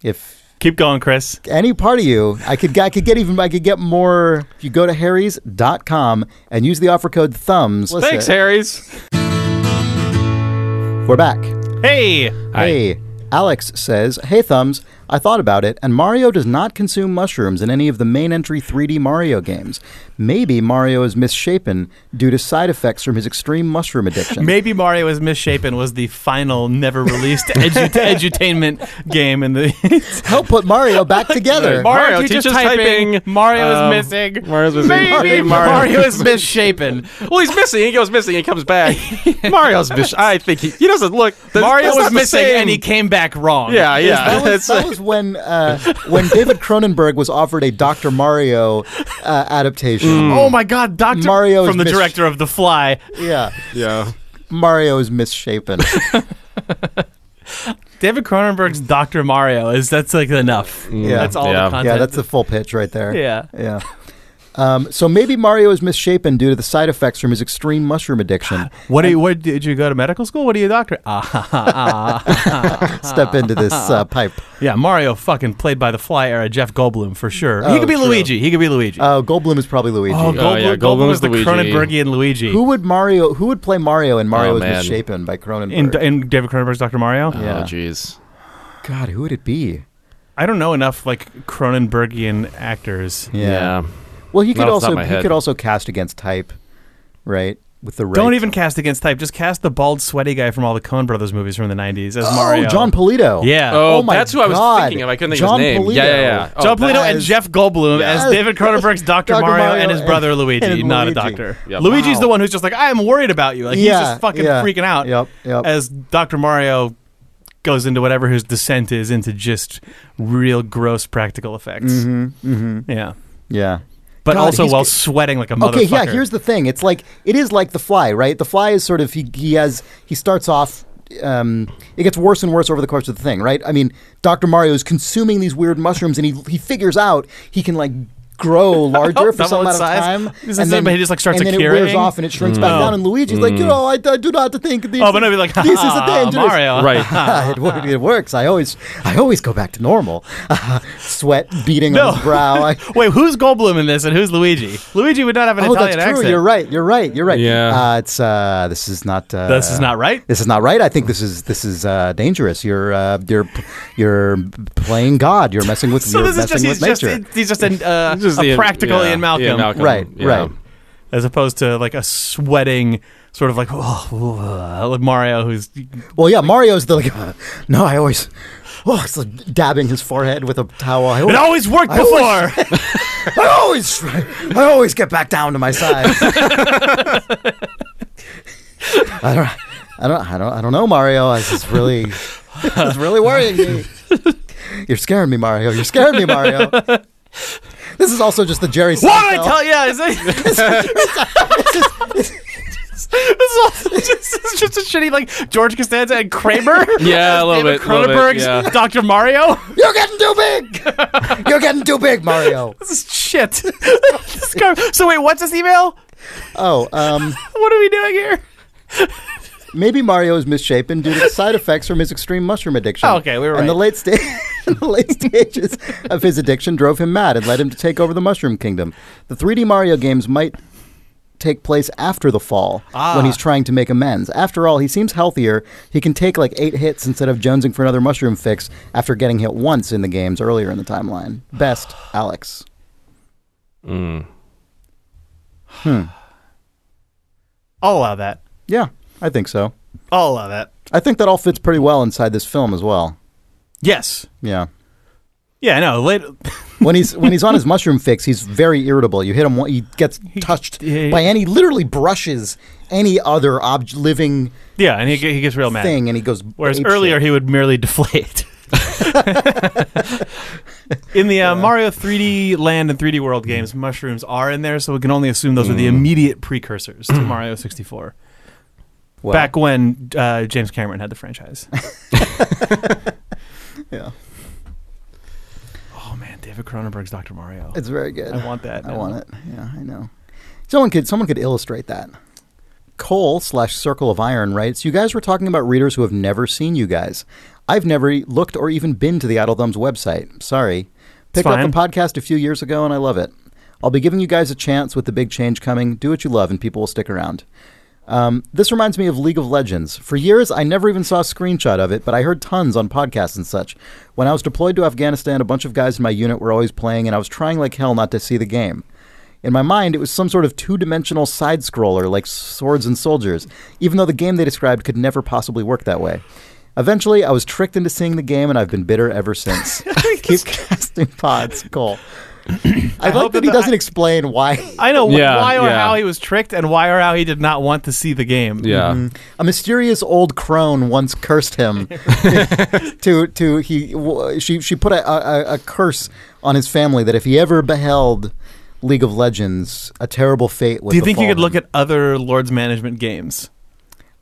[SPEAKER 1] If
[SPEAKER 3] Keep going, Chris.
[SPEAKER 1] any part of you, I could I could get even I could get more if you go to harrys.com and use the offer code thumbs.
[SPEAKER 4] Thanks, Harry's.
[SPEAKER 1] We're back.
[SPEAKER 3] Hey,
[SPEAKER 1] Hey, Alex says, "Hey Thumbs, I thought about it, and Mario does not consume mushrooms in any of the main entry 3D Mario games. Maybe Mario is misshapen due to side effects from his extreme mushroom addiction.
[SPEAKER 3] maybe Mario is misshapen. Was the final never released edu- edutainment game in the
[SPEAKER 1] Help put Mario back together."
[SPEAKER 4] Mario teaches typing.
[SPEAKER 3] Mario is
[SPEAKER 4] Um,
[SPEAKER 3] missing.
[SPEAKER 4] Mario's missing.
[SPEAKER 3] Maybe
[SPEAKER 4] Maybe
[SPEAKER 3] Mario.
[SPEAKER 4] Mario-
[SPEAKER 3] is misshapen.
[SPEAKER 4] Well, he's missing. He goes missing. He comes back. Mario's. Mish- I think he, he doesn't look. that's-
[SPEAKER 3] Mario
[SPEAKER 4] that's
[SPEAKER 3] was
[SPEAKER 4] not the
[SPEAKER 3] missing
[SPEAKER 4] same.
[SPEAKER 3] and he came back wrong.
[SPEAKER 4] Yeah, yeah.
[SPEAKER 1] That was,
[SPEAKER 4] That's-
[SPEAKER 1] that was when uh, when David Cronenberg was offered a Dr. Mario uh, adaptation.
[SPEAKER 4] Hmm.
[SPEAKER 3] Oh my God, Doctor
[SPEAKER 1] Mario is
[SPEAKER 3] from the
[SPEAKER 1] miss-
[SPEAKER 3] director of The Fly.
[SPEAKER 1] Yeah.
[SPEAKER 4] yeah.
[SPEAKER 1] Mario is misshapen.
[SPEAKER 3] David Cronenberg's Doctor Mario is that's like enough.
[SPEAKER 1] Yeah.
[SPEAKER 3] That's all
[SPEAKER 4] Yeah.
[SPEAKER 3] the content.
[SPEAKER 1] yeah, that's the full pitch right there.
[SPEAKER 3] Yeah.
[SPEAKER 1] Yeah. Um, so maybe Mario is misshapen due to the side effects from his extreme mushroom addiction.
[SPEAKER 3] What do you? What did you go to medical school? What are you, a doctor? Ah, ha, ha, ah, ha, ha.
[SPEAKER 1] Step into this
[SPEAKER 3] Ah.
[SPEAKER 1] uh, pipe.
[SPEAKER 3] yeah, Mario fucking played by the Fly era Jeff Goldblum for sure. he
[SPEAKER 1] Oh,
[SPEAKER 3] could be
[SPEAKER 1] true.
[SPEAKER 3] Luigi. He could be Luigi.
[SPEAKER 1] Uh, Goldblum is probably Luigi.
[SPEAKER 3] oh, Goldblum,
[SPEAKER 4] Oh, yeah, Goldblum
[SPEAKER 3] Goldblum
[SPEAKER 4] was
[SPEAKER 3] was the
[SPEAKER 4] Luigi.
[SPEAKER 3] Cronenbergian Luigi.
[SPEAKER 1] who would Mario? Who would play Mario? And Mario
[SPEAKER 4] Oh,
[SPEAKER 1] is
[SPEAKER 4] man.
[SPEAKER 1] misshapen by Cronenberg.
[SPEAKER 3] in, in David Cronenberg's Doctor Mario?
[SPEAKER 1] Yeah.
[SPEAKER 4] Oh, jeez.
[SPEAKER 1] God, who would it be?
[SPEAKER 3] I don't know enough like Cronenbergian actors.
[SPEAKER 4] Yeah.
[SPEAKER 1] Well, he could
[SPEAKER 4] Not off the top
[SPEAKER 1] also
[SPEAKER 4] of my
[SPEAKER 1] he
[SPEAKER 4] head.
[SPEAKER 1] could also cast against type, right? With the right.
[SPEAKER 3] Don't even cast against type. Just cast the bald, sweaty guy from all the Coen Brothers movies from the '90s as
[SPEAKER 1] Oh,
[SPEAKER 3] Mario.
[SPEAKER 1] John Polito.
[SPEAKER 3] Yeah.
[SPEAKER 4] Oh,
[SPEAKER 1] my
[SPEAKER 4] that's who I was
[SPEAKER 1] God.
[SPEAKER 4] thinking of. I couldn't think
[SPEAKER 1] John
[SPEAKER 4] of his name.
[SPEAKER 1] Polito.
[SPEAKER 4] Yeah, yeah, yeah. Oh,
[SPEAKER 3] John
[SPEAKER 1] that
[SPEAKER 3] Polito and
[SPEAKER 1] is-
[SPEAKER 3] Jeff Goldblum as
[SPEAKER 1] Yes.
[SPEAKER 3] David Cronenberg's Dr.
[SPEAKER 1] Dr.
[SPEAKER 3] Mario,
[SPEAKER 1] Mario
[SPEAKER 3] and his
[SPEAKER 1] and-
[SPEAKER 3] brother Luigi,
[SPEAKER 1] and
[SPEAKER 3] not a
[SPEAKER 1] Luigi.
[SPEAKER 3] doctor.
[SPEAKER 4] Yep.
[SPEAKER 3] Luigi's
[SPEAKER 1] Wow.
[SPEAKER 3] the one who's just like, I am worried about you. Like he's just fucking
[SPEAKER 1] yeah.
[SPEAKER 3] freaking out
[SPEAKER 1] Yep, yep.
[SPEAKER 3] as Dr. Mario goes into whatever his descent is into just real gross practical effects. Yeah.
[SPEAKER 1] yeah.
[SPEAKER 3] But
[SPEAKER 1] Mm-hmm, God,
[SPEAKER 3] also
[SPEAKER 1] he's
[SPEAKER 3] while
[SPEAKER 1] g-
[SPEAKER 3] sweating like a motherfucker.
[SPEAKER 1] Okay, yeah. Here's the thing. It's like it is like the fly, right? The fly is sort of he he has he starts off. Um, it gets worse and worse over the course of the thing, right? I mean, Doctor Mario is consuming these weird mushrooms, and he he figures out he can like grow larger for
[SPEAKER 3] double
[SPEAKER 1] some amount of
[SPEAKER 3] its size.
[SPEAKER 1] time,
[SPEAKER 3] This is it, but he just, like, starts
[SPEAKER 1] and then it wears
[SPEAKER 3] curing.
[SPEAKER 1] off and it shrinks back down. And Luigi's like, you know, I, I do not think these.
[SPEAKER 3] oh, but I'd be like,
[SPEAKER 1] this is the dangerous.
[SPEAKER 3] Mario.
[SPEAKER 4] Right.
[SPEAKER 1] it, wor- it works. I always, I always go back to normal. Sweat beating
[SPEAKER 3] No.
[SPEAKER 1] on his brow. I,
[SPEAKER 3] Wait, who's Goldblum in this and who's Luigi? Luigi would not have an
[SPEAKER 1] oh,
[SPEAKER 3] Italian
[SPEAKER 1] that's true.
[SPEAKER 3] accent.
[SPEAKER 1] You're right. You're right. You're right.
[SPEAKER 4] Yeah.
[SPEAKER 1] Uh, it's uh, this is not. Uh,
[SPEAKER 3] This is not right.
[SPEAKER 1] This is not right. I think this is this is uh, dangerous. You're uh, you're you're playing God. You're messing with.
[SPEAKER 3] So
[SPEAKER 1] you're
[SPEAKER 3] this is just
[SPEAKER 1] messing
[SPEAKER 3] he's
[SPEAKER 1] with
[SPEAKER 3] just
[SPEAKER 1] nature.
[SPEAKER 3] he's just an, uh,
[SPEAKER 4] This is
[SPEAKER 3] a
[SPEAKER 4] the-
[SPEAKER 3] practical
[SPEAKER 4] yeah,
[SPEAKER 3] Ian Malcolm,
[SPEAKER 4] Ian Malcolm.
[SPEAKER 1] Right,
[SPEAKER 4] yeah.
[SPEAKER 1] right.
[SPEAKER 3] as opposed to like a sweating sort of like oh, oh, like Mario who's
[SPEAKER 1] well, yeah. Mario's the like. uh, no, I always. Oh, it's like dabbing his forehead with a towel. I always,
[SPEAKER 3] it always worked
[SPEAKER 1] I always-
[SPEAKER 3] before.
[SPEAKER 1] I always, I always get back down to my size. I don't, I don't, I don't, I don't know, Mario. This is really, it's really worrying me. You're scaring me, Mario. You're scaring me, Mario. This is also just the Jerry.
[SPEAKER 3] what did I
[SPEAKER 1] Seinfeld-
[SPEAKER 3] tell you? Is it-
[SPEAKER 1] This is-
[SPEAKER 3] this is all this is just a shitty like George Costanza and Kramer.
[SPEAKER 4] Yeah, a little
[SPEAKER 3] David
[SPEAKER 4] bit, little bit,
[SPEAKER 3] Cronenberg's
[SPEAKER 4] yeah.
[SPEAKER 3] Dr. Mario.
[SPEAKER 1] You're getting too big. You're getting too big, Mario.
[SPEAKER 3] This is shit. This guy- so wait, what's this email?
[SPEAKER 1] Oh, um,
[SPEAKER 3] What are we doing here?
[SPEAKER 1] maybe Mario is misshapen due to the side effects from his extreme mushroom addiction.
[SPEAKER 3] Oh, okay, we were
[SPEAKER 1] And the
[SPEAKER 3] right.
[SPEAKER 1] late sta- the late stages of his addiction drove him mad and led him to take over the Mushroom Kingdom. The 3D Mario games might take place after the fall
[SPEAKER 3] Ah.
[SPEAKER 1] when he's trying to make amends. After all, he seems healthier. He can take like eight hits instead of jonesing for another mushroom fix after getting hit once in the games earlier in the timeline. Best, Alex.
[SPEAKER 3] I'll allow that.
[SPEAKER 1] Yeah, I think so.
[SPEAKER 3] I'll allow that.
[SPEAKER 1] I think that all fits pretty well inside this film as well.
[SPEAKER 3] Yes.
[SPEAKER 1] Yeah.
[SPEAKER 3] Yeah, I know. Later.
[SPEAKER 1] when he's when he's on his mushroom fix, he's very irritable. You hit him, one- he gets touched
[SPEAKER 3] yeah, yeah.
[SPEAKER 1] by any, literally brushes any other ob- living
[SPEAKER 3] Yeah, and he, ge- he gets real mad.
[SPEAKER 1] thing, and he goes.
[SPEAKER 3] Whereas
[SPEAKER 1] apeshit.
[SPEAKER 3] earlier he would merely deflate. in the uh, Mario 3D Land and 3D
[SPEAKER 4] Mm.
[SPEAKER 3] World games, mushrooms are in there, so we can only assume those are the immediate precursors to Mario 64.
[SPEAKER 1] Well,
[SPEAKER 3] Back when uh, James Cameron had the franchise.
[SPEAKER 1] yeah,
[SPEAKER 3] oh man, David Cronenberg's Dr. Mario.
[SPEAKER 1] it's very good.
[SPEAKER 3] I want that.
[SPEAKER 1] I
[SPEAKER 3] now.
[SPEAKER 1] want it. Yeah, I know. Someone could someone could illustrate that. Cole slash Circle of Iron writes, You guys were talking about readers who have never seen you guys. I've never e, looked or even been to the Idle Thumbs website. Sorry. Picked up
[SPEAKER 3] fine.
[SPEAKER 1] the podcast a few years ago and I love it. I'll be giving you guys a chance with the big change coming. Do what you love and people will stick around. Um, this reminds me of League of Legends. For years, I never even saw a screenshot of it, but I heard tons on podcasts and such. When I was deployed to Afghanistan, a bunch of guys in my unit were always playing, and I was trying like hell not to see the game. In my mind, it was some sort of two dimensional side scroller like Swords and Soldiers, even though the game they described could never possibly work that way. Eventually, I was tricked into seeing the game, and I've been bitter ever since. Keep casting pods, Cole. I, like that
[SPEAKER 3] hope that
[SPEAKER 1] he
[SPEAKER 3] the-
[SPEAKER 1] doesn't explain why.
[SPEAKER 3] I know wh-
[SPEAKER 4] Yeah,
[SPEAKER 3] why or
[SPEAKER 4] yeah.
[SPEAKER 3] how he was tricked and why or how he did not want to see the game. Mm-hmm.
[SPEAKER 4] Yeah. Mm-hmm.
[SPEAKER 1] A mysterious old crone once cursed him. to to he w- she she put a, a, a curse on his family that if he ever beheld League of Legends, a terrible fate would.
[SPEAKER 3] Do you think you
[SPEAKER 1] befall
[SPEAKER 3] could look
[SPEAKER 1] him.
[SPEAKER 3] at other Lords Management games?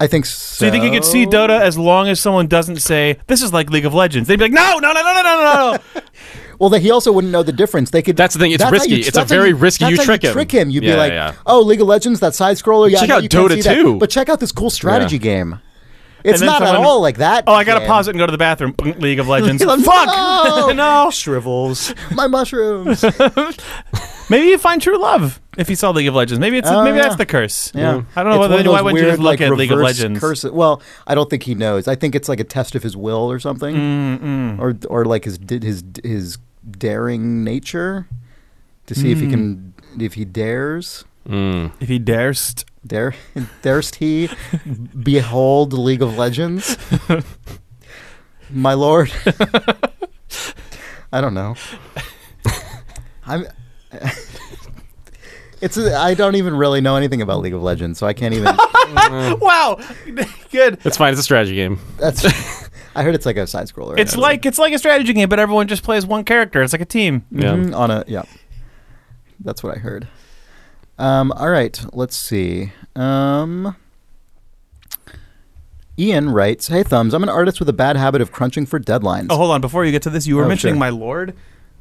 [SPEAKER 1] I think so.
[SPEAKER 3] So you think you could see Dota as long as someone doesn't say this is like League of Legends? They'd be like, no, no, no, no, no, no, no, no.
[SPEAKER 1] Well, that he also wouldn't know the difference. They could.
[SPEAKER 4] That's the thing, it's
[SPEAKER 1] how
[SPEAKER 4] risky.
[SPEAKER 1] you-
[SPEAKER 4] It's a
[SPEAKER 1] that's how
[SPEAKER 4] very risky,
[SPEAKER 1] that's
[SPEAKER 4] you
[SPEAKER 1] how
[SPEAKER 4] trick him.
[SPEAKER 1] Trick him. You'd be
[SPEAKER 4] Yeah,
[SPEAKER 1] like,
[SPEAKER 4] yeah.
[SPEAKER 1] oh, League of Legends, that side scroller. Yeah, I
[SPEAKER 4] Check
[SPEAKER 1] know
[SPEAKER 4] out
[SPEAKER 1] you can't
[SPEAKER 4] Dota
[SPEAKER 1] see that,
[SPEAKER 4] 2.
[SPEAKER 1] But check out this cool strategy game. It's
[SPEAKER 3] then
[SPEAKER 1] not at
[SPEAKER 3] someone-
[SPEAKER 1] all like that.
[SPEAKER 3] Oh, I gotta
[SPEAKER 1] game.
[SPEAKER 3] pause it and go to the bathroom. League of Legends.
[SPEAKER 1] Fuck!
[SPEAKER 3] Fuck. no.
[SPEAKER 1] Shrivels. My mushrooms.
[SPEAKER 3] Maybe you find true love if you saw League of Legends. Maybe it's
[SPEAKER 1] Oh,
[SPEAKER 3] maybe
[SPEAKER 1] yeah.
[SPEAKER 3] that's the curse.
[SPEAKER 1] Yeah.
[SPEAKER 3] I don't know
[SPEAKER 1] It's
[SPEAKER 3] whether,
[SPEAKER 1] one of
[SPEAKER 3] why
[SPEAKER 1] those
[SPEAKER 3] wouldn't you just
[SPEAKER 1] weird,
[SPEAKER 3] look at League of
[SPEAKER 1] reverse
[SPEAKER 3] Legends.
[SPEAKER 1] curse- Well, I don't think he knows. I think it's like a test of his will or something, or or like his did his his daring nature to see
[SPEAKER 3] Mm.
[SPEAKER 1] if he can if he dares.
[SPEAKER 4] Mm.
[SPEAKER 3] If he darest.
[SPEAKER 1] Dare, darest he behold League of Legends? My lord, I don't know. I'm. It's. A, I don't even really know anything about League of Legends, so I can't even.
[SPEAKER 3] Wow. Good.
[SPEAKER 4] It's fine. It's a strategy game.
[SPEAKER 1] That's. I heard it's like a side scroller.
[SPEAKER 3] It's like it's like a strategy game, but everyone just plays one character. It's like a team.
[SPEAKER 4] Yeah.
[SPEAKER 1] Mhm, on a yeah. That's what I heard. Um, all right, let's see. Um, Ian writes, "Hey thumbs, I'm an artist with a bad habit of crunching for deadlines.
[SPEAKER 3] Oh, hold on. Before you get to this, you were
[SPEAKER 1] Oh,
[SPEAKER 3] mentioning
[SPEAKER 1] sure.
[SPEAKER 3] my lord.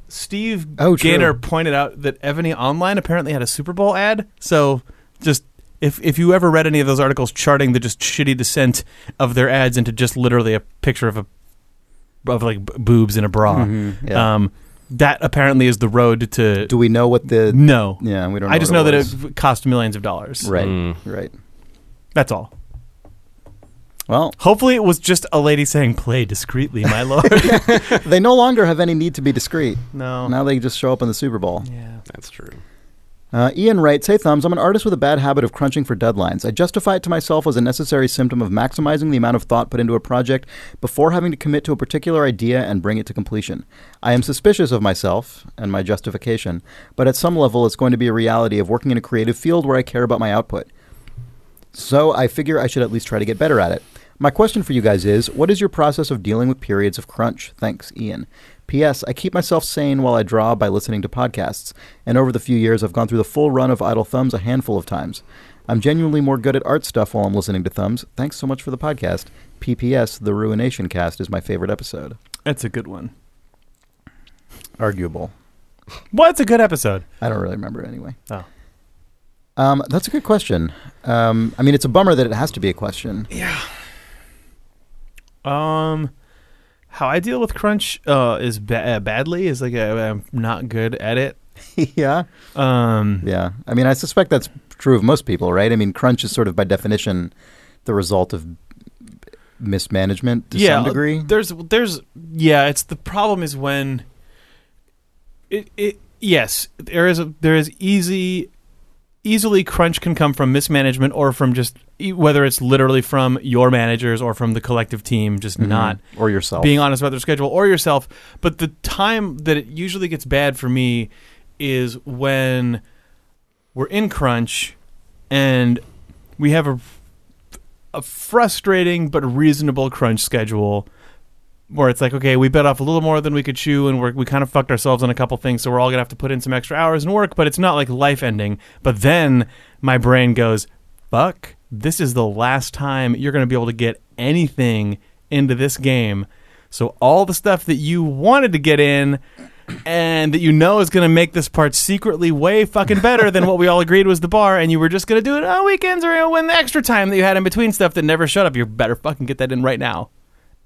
[SPEAKER 3] Steve
[SPEAKER 1] Oh, true.
[SPEAKER 3] Gaynor pointed out that Ebony Online apparently had a Super Bowl ad. So just if if you ever read any of those articles charting the just shitty descent of their ads into just literally a picture of a of like b- boobs in a bra,
[SPEAKER 1] Ah, Mm-hmm. yeah.
[SPEAKER 3] um, that apparently is the road to
[SPEAKER 1] Do we know what the?
[SPEAKER 3] no.
[SPEAKER 1] Yeah, we don't. Know
[SPEAKER 3] I just
[SPEAKER 1] what
[SPEAKER 3] know
[SPEAKER 1] it
[SPEAKER 3] that
[SPEAKER 1] was.
[SPEAKER 3] it cost millions of dollars.
[SPEAKER 1] Right,
[SPEAKER 4] Mm.
[SPEAKER 1] right.
[SPEAKER 3] That's all.
[SPEAKER 1] Well,
[SPEAKER 3] Hopefully, it was just a lady saying "play discreetly, my lord."
[SPEAKER 1] they no longer have any need to be discreet.
[SPEAKER 3] no.
[SPEAKER 1] Now they just show up in the Super Bowl.
[SPEAKER 3] Yeah.
[SPEAKER 4] That's true.
[SPEAKER 1] Uh, Ian writes, Hey Thumbs, I'm an artist with a bad habit of crunching for deadlines. I justify it to myself as a necessary symptom of maximizing the amount of thought put into a project before having to commit to a particular idea and bring it to completion. I am suspicious of myself and my justification, but at some level it's going to be a reality of working in a creative field where I care about my output. So I figure I should at least try to get better at it. My question for you guys is what is your process of dealing with periods of crunch? Thanks, Ian. P.S. I keep myself sane while I draw by listening to podcasts, and over the few years I've gone through the full run of Idle Thumbs a handful of times. I'm genuinely more good at art stuff while I'm listening to Thumbs. Thanks so much for the podcast. PPS, the Ruination Cast is my favorite episode.
[SPEAKER 3] That's a good one.
[SPEAKER 1] Arguable.
[SPEAKER 3] Well, it's a good episode.
[SPEAKER 1] I don't really remember anyway.
[SPEAKER 3] Oh.
[SPEAKER 1] Um, that's a good question. Um, I mean, it's a bummer that it has to be a question.
[SPEAKER 3] Um, how I deal with crunch uh, is ba- uh, badly is like I, I'm not good at it.
[SPEAKER 1] yeah.
[SPEAKER 3] Um,
[SPEAKER 1] Yeah. I mean, I suspect that's true of most people, right? I mean, crunch is sort of by definition the result of mismanagement to
[SPEAKER 3] yeah,
[SPEAKER 1] some degree.
[SPEAKER 3] There's there's yeah. It's the problem is when it it yes there is a, there is easy easily crunch can come from mismanagement or from just e- whether it's literally from your managers or from the collective team just
[SPEAKER 1] Mhm.
[SPEAKER 3] not
[SPEAKER 1] or yourself.
[SPEAKER 3] being honest about their schedule or yourself. But the time that it usually gets bad for me is when we're in crunch and we have a, a frustrating but reasonable crunch schedule where it's like, okay, we bet off a little more than we could chew and we're, we kind of fucked ourselves on a couple things. So we're all going to have to put in some extra hours and work, but it's not like life ending. But then my brain goes, fuck, this is the last time you're going to be able to get anything into this game. So all the stuff that you wanted to get in and that you know is going to make this part secretly way fucking better than what we all agreed was the bar, and you were just going to do it on weekends or when the extra time that you had in between stuff that never showed up, you better fucking get that in right now.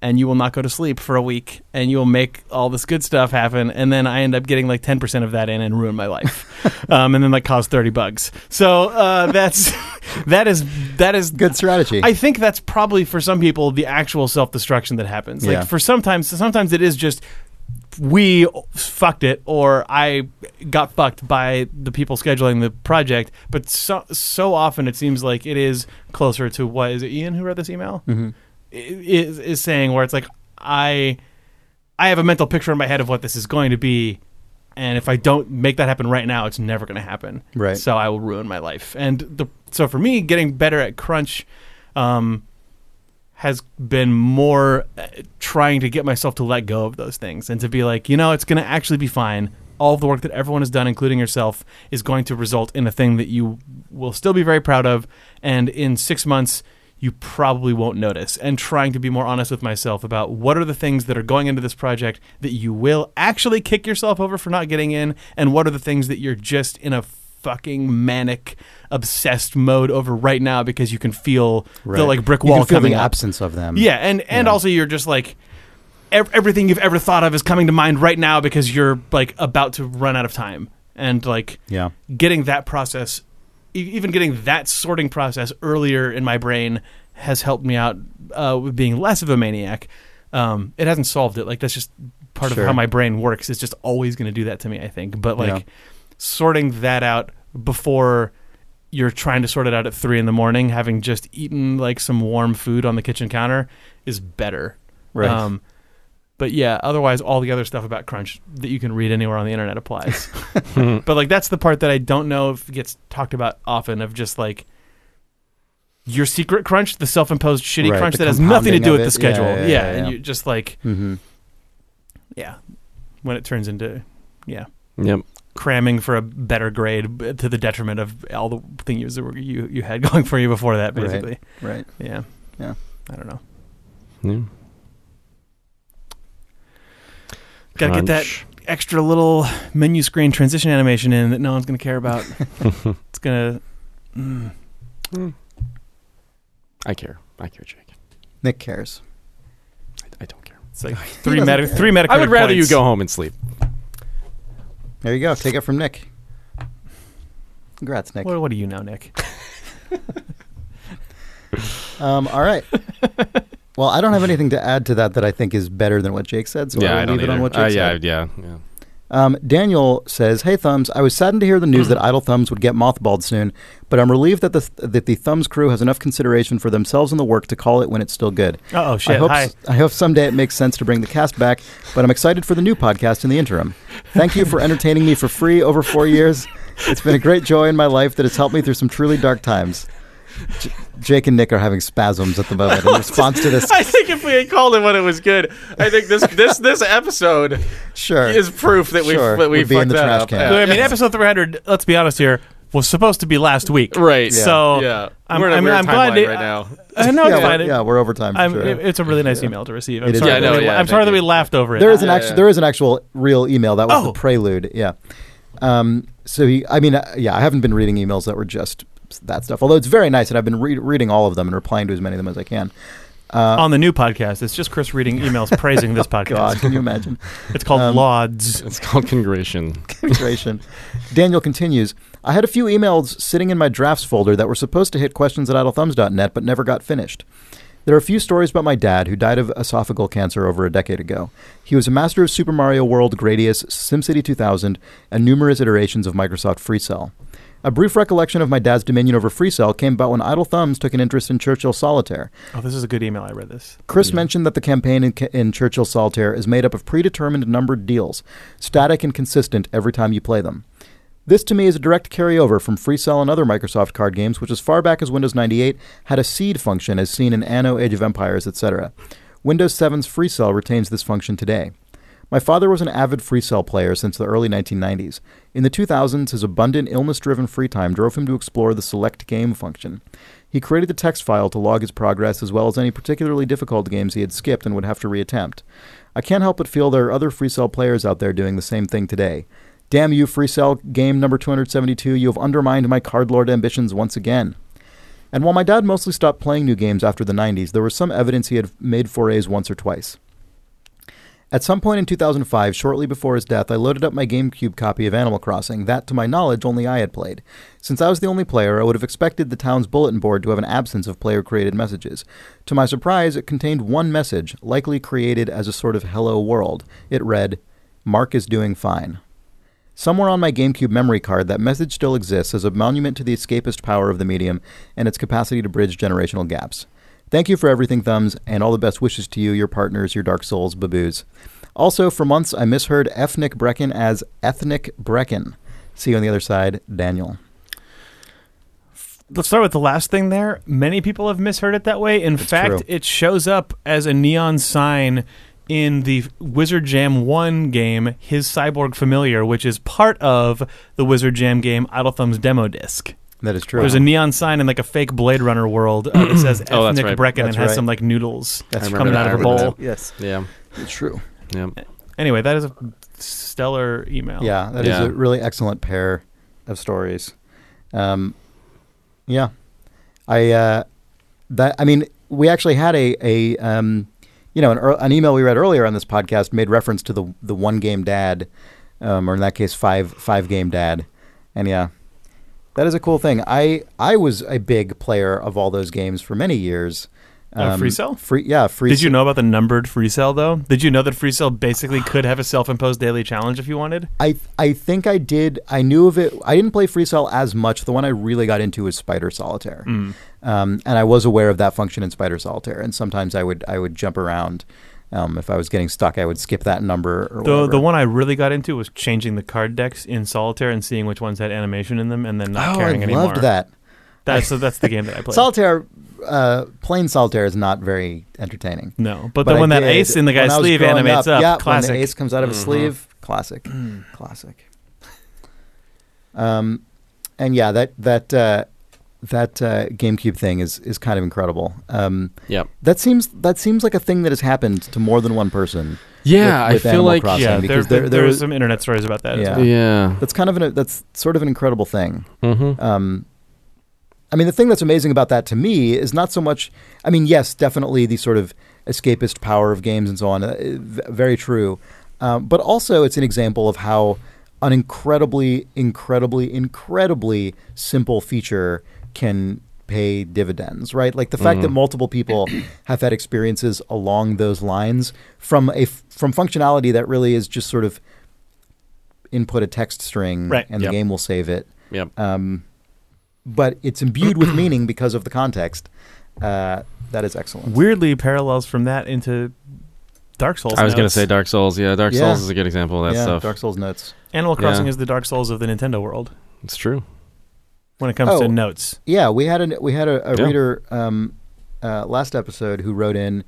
[SPEAKER 3] And you will not go to sleep for a week, and you will make all this good stuff happen. And then I end up getting like ten percent of that in and ruin my life, um, and then like cause thirty bugs. So uh, that's that is that is
[SPEAKER 1] Good strategy.
[SPEAKER 3] I think that's probably for some people the actual self destruction that happens.
[SPEAKER 1] Yeah.
[SPEAKER 3] Like for sometimes, sometimes it is just we fucked it or I got fucked by the people scheduling the project. But so so often it seems like it is closer to what is it Ian who wrote this email I- is is saying where it's like I I have a mental picture in my head of what this is going to be. And if I don't make that happen right now, it's never going to happen.
[SPEAKER 1] Right.
[SPEAKER 3] So I will ruin my life. And the so for me, getting better at crunch um, has been more uh, trying to get myself to let go of those things and to be like, you know, it's going to actually be fine. All of the work that everyone has done, including yourself, is going to result in a thing that you will still be very proud of. And in six months, you probably won't notice. And trying to be more honest with myself about what are the things that are going into this project that you will actually kick yourself over for not getting in, and what are the things that you're just in a fucking manic, obsessed mode over right now because you can feel the like brick
[SPEAKER 1] You
[SPEAKER 3] wall
[SPEAKER 1] can feel
[SPEAKER 3] coming
[SPEAKER 1] the
[SPEAKER 3] up.
[SPEAKER 1] absence of them.
[SPEAKER 3] Yeah, and and also you're just like ev- everything you've ever thought of is coming to mind right now because you're like about to run out of time and like
[SPEAKER 1] Yeah.
[SPEAKER 3] getting that process e- even getting that sorting process earlier in my brain has helped me out uh, with being less of a maniac um, it hasn't solved it like that's just part
[SPEAKER 1] Sure.
[SPEAKER 3] of how my brain works it's just always going to do that to me i think but like
[SPEAKER 1] Yeah.
[SPEAKER 3] sorting that out before you're trying to sort it out at three in the morning having just eaten like some warm food on the kitchen counter is better Um,
[SPEAKER 1] Right.
[SPEAKER 3] but yeah, otherwise, all the other stuff about crunch that you can read anywhere on the internet applies. but like, that's the part that I don't know if gets talked about often. Of just like your secret crunch, the self-imposed shitty
[SPEAKER 1] Right,
[SPEAKER 3] crunch
[SPEAKER 1] the
[SPEAKER 3] that has nothing to
[SPEAKER 1] compounding
[SPEAKER 3] do
[SPEAKER 1] of
[SPEAKER 3] with the
[SPEAKER 1] it. Yeah,
[SPEAKER 3] schedule. Yeah,
[SPEAKER 1] yeah, yeah,
[SPEAKER 3] and
[SPEAKER 1] yeah.
[SPEAKER 3] you just like
[SPEAKER 1] Mhm.
[SPEAKER 3] yeah, when it turns into yeah
[SPEAKER 4] Yep.
[SPEAKER 3] cramming for a better grade b- to the detriment of all the things that were, you you had going for you before that.
[SPEAKER 1] Right.
[SPEAKER 3] Basically,
[SPEAKER 1] Right.
[SPEAKER 3] yeah,
[SPEAKER 1] Yeah.
[SPEAKER 3] I don't know.
[SPEAKER 4] Yeah.
[SPEAKER 3] Gotta get that
[SPEAKER 4] Crunch.
[SPEAKER 3] extra little menu screen transition animation in that no one's going to care about. it's going to.
[SPEAKER 4] I care. I care, Jake.
[SPEAKER 1] Nick cares.
[SPEAKER 4] I, I don't care.
[SPEAKER 3] It's like three
[SPEAKER 1] doesn't
[SPEAKER 3] meta,
[SPEAKER 1] care.
[SPEAKER 3] three meta.
[SPEAKER 4] I would rather you go home and sleep.
[SPEAKER 1] There you go. Take it from Nick. Congrats, Nick.
[SPEAKER 3] What, what do you know, Nick?
[SPEAKER 1] Um, all right. well, I don't have anything to add to that that I think is better than what Jake said, so I will
[SPEAKER 4] don't
[SPEAKER 1] leave it on
[SPEAKER 4] either.
[SPEAKER 1] what Jake
[SPEAKER 4] Uh,
[SPEAKER 1] said.
[SPEAKER 4] yeah, yeah, yeah.
[SPEAKER 1] Um, Daniel says, "Hey Thumbs, I was saddened to hear the news
[SPEAKER 3] Mm-hmm.
[SPEAKER 1] that Idle Thumbs would get mothballed soon, but I'm relieved that the that the Thumbs crew has enough consideration for themselves and the work to call it when it's still good.
[SPEAKER 3] Oh shit!
[SPEAKER 1] I hope
[SPEAKER 3] Hi.
[SPEAKER 1] s- I hope someday it makes sense to bring the cast back, but I'm excited for the new podcast in the interim. Thank you for entertaining me for free over four years. It's been a great joy in my life that has helped me through some truly dark times." J- Jake and Nick are having spasms at the moment in response to this.
[SPEAKER 4] I think if we had called it when it was good, I think this this this episode
[SPEAKER 1] Sure.
[SPEAKER 4] is proof that we
[SPEAKER 1] Sure.
[SPEAKER 4] that we
[SPEAKER 1] Would be in
[SPEAKER 4] fucked
[SPEAKER 1] the
[SPEAKER 4] that
[SPEAKER 1] trash
[SPEAKER 4] up.
[SPEAKER 1] can.
[SPEAKER 4] Yeah.
[SPEAKER 3] I mean, episode 300. Let's be honest here. was supposed to be last week.
[SPEAKER 4] Right.
[SPEAKER 3] So
[SPEAKER 4] yeah,
[SPEAKER 3] I'm,
[SPEAKER 4] we're in a
[SPEAKER 3] I'm,
[SPEAKER 4] weird
[SPEAKER 3] I'm glad
[SPEAKER 4] timeline
[SPEAKER 3] they-
[SPEAKER 4] right now.
[SPEAKER 3] I know
[SPEAKER 1] yeah,
[SPEAKER 3] it's fine.
[SPEAKER 1] we're, yeah, we're over time. For
[SPEAKER 3] I'm,
[SPEAKER 1] sure.
[SPEAKER 3] it- it's a really nice email to receive. I'm
[SPEAKER 1] It is.
[SPEAKER 3] sorry,
[SPEAKER 1] Yeah, I
[SPEAKER 3] that,
[SPEAKER 4] know,
[SPEAKER 3] we,
[SPEAKER 4] yeah,
[SPEAKER 3] I'm sorry
[SPEAKER 4] thank
[SPEAKER 3] that we
[SPEAKER 4] you.
[SPEAKER 3] lauged over it. Uh,
[SPEAKER 1] There is an
[SPEAKER 4] Yeah,
[SPEAKER 1] actual
[SPEAKER 4] yeah.
[SPEAKER 1] there is an actual real email that was
[SPEAKER 3] Oh.
[SPEAKER 1] the prelude. Yeah. Um, so he, I mean, uh, yeah, I haven't been reading emails that were just that stuff. Although it's very nice, and I've been re- reading all of them and replying to as many of them as I can.
[SPEAKER 3] on the new podcast. It's just Chris reading emails praising this podcast.
[SPEAKER 1] God, can you imagine?
[SPEAKER 3] It's called Lauds.
[SPEAKER 4] It's called congration.
[SPEAKER 1] Penetration. Daniel continues. I had a few emails sitting in my drafts folder that were supposed to hit questions at idlethumbs.net but never got finished. There are a few stories about my dad who died of esophageal cancer over a decade ago. He was a master of Super Mario World, Gradius, SimCity 2000, and numerous iterations of Microsoft FreeCell. A brief recollection of my dad's dominion over FreeCell came about when Idle Thumbs took an interest in Churchill Solitaire,
[SPEAKER 3] Oh, this is a good email. I read this.
[SPEAKER 1] Chris mentioned that the campaign in, in Churchill Solitaire is made up of predetermined numbered deals, static and consistent every time you play them. This to me is a direct carryover from FreeCell and other Microsoft card games, which as far back as Windows 98 had a seed function as seen in Anno, Age of Empires, etc. Windows 7's FreeCell retains this function today. My father was an avid FreeCell player since the early 1990s. In the 2000s, his abundant illness driven free time drove him to explore the select game function. He created a text file to log his progress as well as any particularly difficult games he had skipped and would have to reattempt. I can't help but feel there are other FreeCell players out there doing the same thing today. Damn you, FreeCell game number 272, you have undermined my cardlord ambitions once again. And while my dad mostly stopped playing new games after the 90s, there was some evidence he had made forays once or twice. At some point in 2005, shortly before his death, I loaded up my GameCube copy of Animal Crossing, that to my knowledge only I had played. Since I was the only player, I would have expected the town's bulletin board to have an absence of player created messages. To my surprise, it contained one message, likely created as a sort of hello world. It read, Mark is doing fine. Somewhere on my GameCube memory card, that message still exists as a monument to the escapist power of the medium and its capacity to bridge generational gaps. Thank you for everything, Thumbs, and all the best wishes to you, your partners, your Dark Souls, baboos. Also, for months, I misheard Ethnic Brecken as Ethnic Brecken. See you on the other side, Daniel.
[SPEAKER 3] Let's start with the last thing there. Many people have misheard it that way. In fact,
[SPEAKER 1] true.
[SPEAKER 3] it shows up as a neon sign in the Wizard Jam 1 game, His Cyborg Familiar, which is part of the Wizard Jam game Idle Thumb's demo disc.
[SPEAKER 1] That is true.
[SPEAKER 3] There's a neon sign in like a fake Blade Runner world uh, that says
[SPEAKER 4] Oh, that's
[SPEAKER 3] Ethnic
[SPEAKER 4] right.
[SPEAKER 3] Brecken and
[SPEAKER 1] That's
[SPEAKER 3] has
[SPEAKER 1] right.
[SPEAKER 3] some like noodles
[SPEAKER 1] That's
[SPEAKER 3] coming
[SPEAKER 4] right.
[SPEAKER 3] out
[SPEAKER 4] I
[SPEAKER 3] of a
[SPEAKER 4] remember
[SPEAKER 3] bowl.
[SPEAKER 1] yes,
[SPEAKER 4] Yeah.
[SPEAKER 1] it's true.
[SPEAKER 4] Yeah.
[SPEAKER 3] Anyway, that is a stellar email.
[SPEAKER 1] Yeah, that is
[SPEAKER 4] Yeah.
[SPEAKER 1] a really excellent pair of stories. Um, yeah, I uh, that I mean, we actually had a a um, you know an, ear- an email we read earlier on this podcast made reference to the the one game dad, um, or in that case five five game dad, and yeah, that is a cool thing. I I was a big player of all those games for many years. Um,
[SPEAKER 3] Uh, Free Cell?
[SPEAKER 1] free yeah, free.
[SPEAKER 3] Did you know about the numbered free cell though? Did you know that free cell basically could have a self-imposed daily challenge if you wanted?
[SPEAKER 1] I I think I did. I knew of it. I didn't play Free Cell as much. The one I really got into was Spider Solitaire,
[SPEAKER 3] Mm.
[SPEAKER 1] um, and I was aware of that function in Spider Solitaire. And sometimes I would I would jump around. Um, if I was getting stuck, I would skip that number. Or
[SPEAKER 3] The
[SPEAKER 1] whatever.
[SPEAKER 3] the one I really got into was changing the card decks in solitaire and seeing which ones had animation in them and then not
[SPEAKER 1] oh, I
[SPEAKER 3] caring anymore.
[SPEAKER 1] loved that.
[SPEAKER 3] That's so that's the game that I played.
[SPEAKER 1] Solitaire, uh, plain Solitaire is not very entertaining.
[SPEAKER 3] no, but,
[SPEAKER 1] I
[SPEAKER 3] then when that
[SPEAKER 1] did-
[SPEAKER 3] ace in the
[SPEAKER 1] when
[SPEAKER 3] guy's
[SPEAKER 1] I was
[SPEAKER 3] sleeve
[SPEAKER 1] growing
[SPEAKER 3] animates up,
[SPEAKER 1] yeah,
[SPEAKER 3] classic.
[SPEAKER 1] When the ace comes out of his
[SPEAKER 4] Mm-hmm.
[SPEAKER 1] sleeve, classic,
[SPEAKER 4] Mm.
[SPEAKER 1] classic. Um, and yeah, that that uh, that uh, GameCube thing is is kind of incredible. Um,
[SPEAKER 4] Yep.
[SPEAKER 1] that seems that seems like a thing that has happened to more than one person.
[SPEAKER 4] Yeah,
[SPEAKER 1] with
[SPEAKER 4] I feel
[SPEAKER 1] Animal
[SPEAKER 4] like
[SPEAKER 1] Crossing.
[SPEAKER 3] yeah, there,
[SPEAKER 1] because
[SPEAKER 3] there,
[SPEAKER 1] there-
[SPEAKER 3] there
[SPEAKER 1] there
[SPEAKER 3] was
[SPEAKER 1] was-
[SPEAKER 3] some internet stories about that. as
[SPEAKER 1] Yeah.
[SPEAKER 3] well.
[SPEAKER 4] yeah.
[SPEAKER 1] That's kind of an that's sort of an incredible thing.
[SPEAKER 4] Mm-hmm.
[SPEAKER 1] Um, I mean, the thing that's amazing about that to me is not so much. I mean, yes, definitely the sort of escapist power of games and so on. Uh, v- very true. Um, but also, it's an example of how an incredibly, incredibly, incredibly simple feature can pay dividends, right? Like the fact
[SPEAKER 4] Mm-hmm.
[SPEAKER 1] that multiple people have had experiences along those lines from a f- from functionality that really is just sort of input a text string
[SPEAKER 3] Right.
[SPEAKER 1] and
[SPEAKER 4] Yep.
[SPEAKER 1] the game will save it
[SPEAKER 4] Yep.
[SPEAKER 1] um, but it's imbued with meaning because of the context. Uh, that is excellent.
[SPEAKER 3] Weirdly parallels from that into Dark Souls.
[SPEAKER 4] I was going to
[SPEAKER 3] notes.
[SPEAKER 4] say Dark Souls. Yeah, Dark
[SPEAKER 1] Yeah.
[SPEAKER 4] Souls is a good example of that
[SPEAKER 1] yeah,
[SPEAKER 4] stuff.
[SPEAKER 1] Dark Souls notes.
[SPEAKER 3] Animal Crossing
[SPEAKER 4] Yeah.
[SPEAKER 3] is the Dark Souls of the Nintendo world
[SPEAKER 4] It's true.
[SPEAKER 3] when it comes
[SPEAKER 1] Oh.
[SPEAKER 3] to notes.
[SPEAKER 1] Yeah, we had an, we had a, a
[SPEAKER 4] Yeah.
[SPEAKER 1] reader um, uh, last episode who wrote in.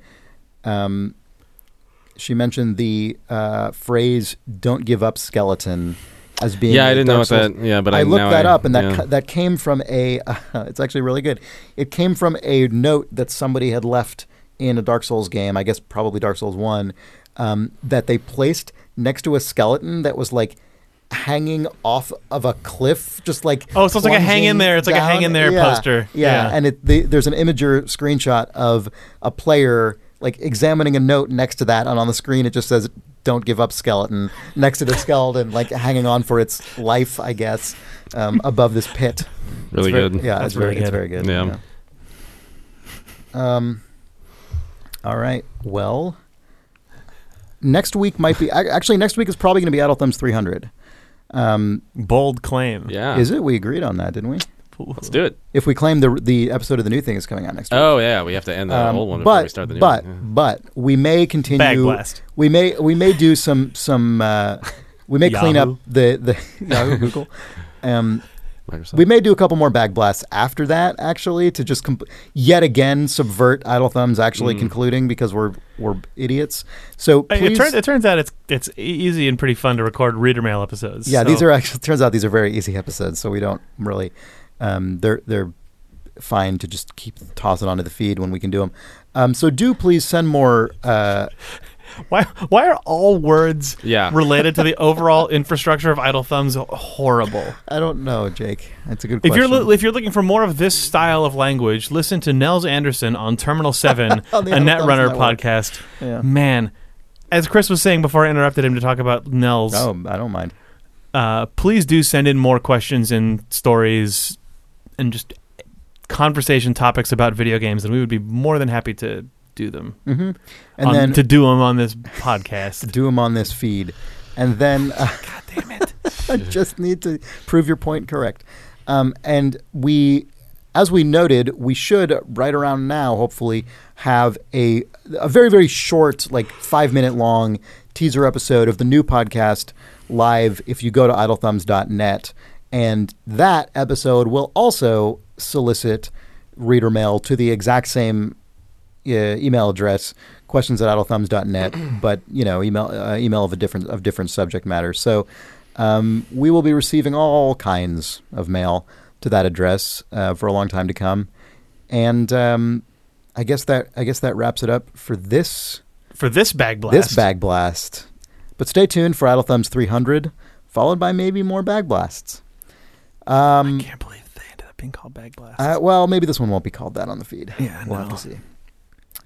[SPEAKER 1] Um, she mentioned the uh, phrase "Don't give up, skeleton" as being.
[SPEAKER 4] Yeah, I
[SPEAKER 1] a
[SPEAKER 4] didn't know
[SPEAKER 1] Dark
[SPEAKER 4] what
[SPEAKER 1] Souls.
[SPEAKER 4] that- yeah, but I- now
[SPEAKER 1] looked that
[SPEAKER 4] I-
[SPEAKER 1] up, and that
[SPEAKER 4] yeah.
[SPEAKER 1] ca- that came from a. it's actually really good. It came from a note that somebody had left in a Dark Souls game. I guess probably Dark Souls One, um, that they placed next to a skeleton that was like hanging off of a cliff, just like
[SPEAKER 3] Oh, so it's like a hang in
[SPEAKER 1] plunging
[SPEAKER 3] there- it's like a hang
[SPEAKER 1] down.
[SPEAKER 3] in there
[SPEAKER 1] Yeah,
[SPEAKER 3] poster.
[SPEAKER 1] Yeah,
[SPEAKER 3] Yeah.
[SPEAKER 1] and it, the, there's an imager screenshot of a player like examining a note next to that, and on the screen it just says "Don't give up, skeleton." Next to the skeleton, like hanging on for its life, I guess, um, above this pit.
[SPEAKER 4] Really
[SPEAKER 1] It's very-
[SPEAKER 4] good.
[SPEAKER 1] Yeah,
[SPEAKER 3] That's
[SPEAKER 1] it's very,
[SPEAKER 3] really
[SPEAKER 1] it's
[SPEAKER 3] good.
[SPEAKER 1] very good.
[SPEAKER 4] Yeah.
[SPEAKER 1] yeah. Um. All right. Well, next week might be ac- actually next week is probably going to be Adult Thumbs 300. Um,
[SPEAKER 3] Bold claim.
[SPEAKER 4] Yeah.
[SPEAKER 1] Is it? We agreed on that, didn't we?
[SPEAKER 4] Let's do it.
[SPEAKER 1] If we claim the the episode of the new thing is coming out next week.
[SPEAKER 4] Oh yeah, we have to end the
[SPEAKER 1] Um,
[SPEAKER 4] old one before
[SPEAKER 1] but
[SPEAKER 4] we start the new
[SPEAKER 1] but
[SPEAKER 4] one.
[SPEAKER 1] but we may continue.
[SPEAKER 3] Bag blast.
[SPEAKER 1] We may we may do some some uh, we may clean up
[SPEAKER 3] Yahoo.
[SPEAKER 1] the the Yahoo, Google. Um,
[SPEAKER 4] Yeah. Microsoft.
[SPEAKER 1] we may do a couple more bag blasts after that, actually, to just comp- yet again subvert Idle Thumbs
[SPEAKER 4] Hmm.
[SPEAKER 1] actually concluding because we're we're idiots. So
[SPEAKER 3] I-
[SPEAKER 1] please,
[SPEAKER 3] It turns, it turns out it's it's e- easy and pretty fun to record reader mail episodes.
[SPEAKER 1] yeah,
[SPEAKER 3] so-
[SPEAKER 1] these are actually turns out these are very easy episodes, so we don't really um, they're they're fine to just keep tossing onto the feed when we can do them. Um, so do please send more. Uh,
[SPEAKER 3] why why are all words
[SPEAKER 4] Yeah.
[SPEAKER 3] related to the overall infrastructure of Idle Thumbs horrible?
[SPEAKER 1] I don't know, Jake. That's a good
[SPEAKER 3] If
[SPEAKER 1] question.
[SPEAKER 3] you're li- if you're looking for more of this style of language, listen to Nels Anderson on Terminal Seven, a
[SPEAKER 1] On the Idle Thumbs
[SPEAKER 3] Netrunner
[SPEAKER 1] Network.
[SPEAKER 3] podcast.
[SPEAKER 1] Yeah.
[SPEAKER 3] Man, as Chris was saying before I interrupted him to talk about Nels,
[SPEAKER 1] oh, I don't mind.
[SPEAKER 3] uh, please do send in more questions and stories and just conversation topics about video games, and we would be more than happy to do them
[SPEAKER 1] hmm And
[SPEAKER 3] on-
[SPEAKER 1] then
[SPEAKER 3] to do them on this podcast.
[SPEAKER 1] do them on this feed, and then uh, God damn it, I just need to prove your point correct. Um, and we, as we noted, we should right around now, hopefully, have a a very very short, like five minute long teaser episode of the new podcast live. If you go to idlethumbs.net, and that episode will also solicit reader mail to the exact same uh, email address questions at idlethumbs.net but you know email uh, email of a different of different subject matter so um, we will be receiving all kinds of mail to that address uh, for a long time to come and um, I guess that I guess that wraps it up for this
[SPEAKER 3] For this bag blast,
[SPEAKER 1] this bag blast but stay tuned for Idle Thumbs 300 followed by maybe more bag blasts
[SPEAKER 3] I can't believe they ended up being called bag blast.
[SPEAKER 1] Uh, well, maybe this one won't be called that on the feed.
[SPEAKER 3] Yeah,
[SPEAKER 1] we'll have
[SPEAKER 3] no.
[SPEAKER 1] to see.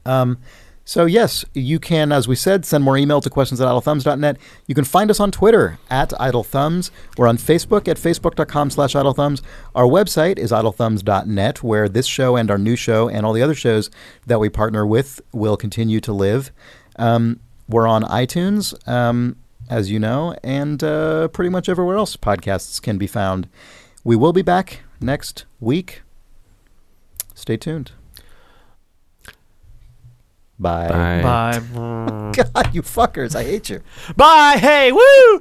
[SPEAKER 1] Um, so yes, you can, as we said, send more email to questions at idlethumbs.net. You can find us on Twitter at idlethumbs. We're on Facebook at facebook.com slash idlethumbs. Our website is idlethumbs.net, where this show and our new show and all the other shows that we partner with will continue to live. Um, we're on iTunes, um, as you know, and uh, pretty much everywhere else podcasts can be found. We will be back next week. Stay tuned. Bye.
[SPEAKER 4] Bye.
[SPEAKER 3] Bye.
[SPEAKER 1] God, you fuckers. I hate you.
[SPEAKER 3] Bye. Hey, woo!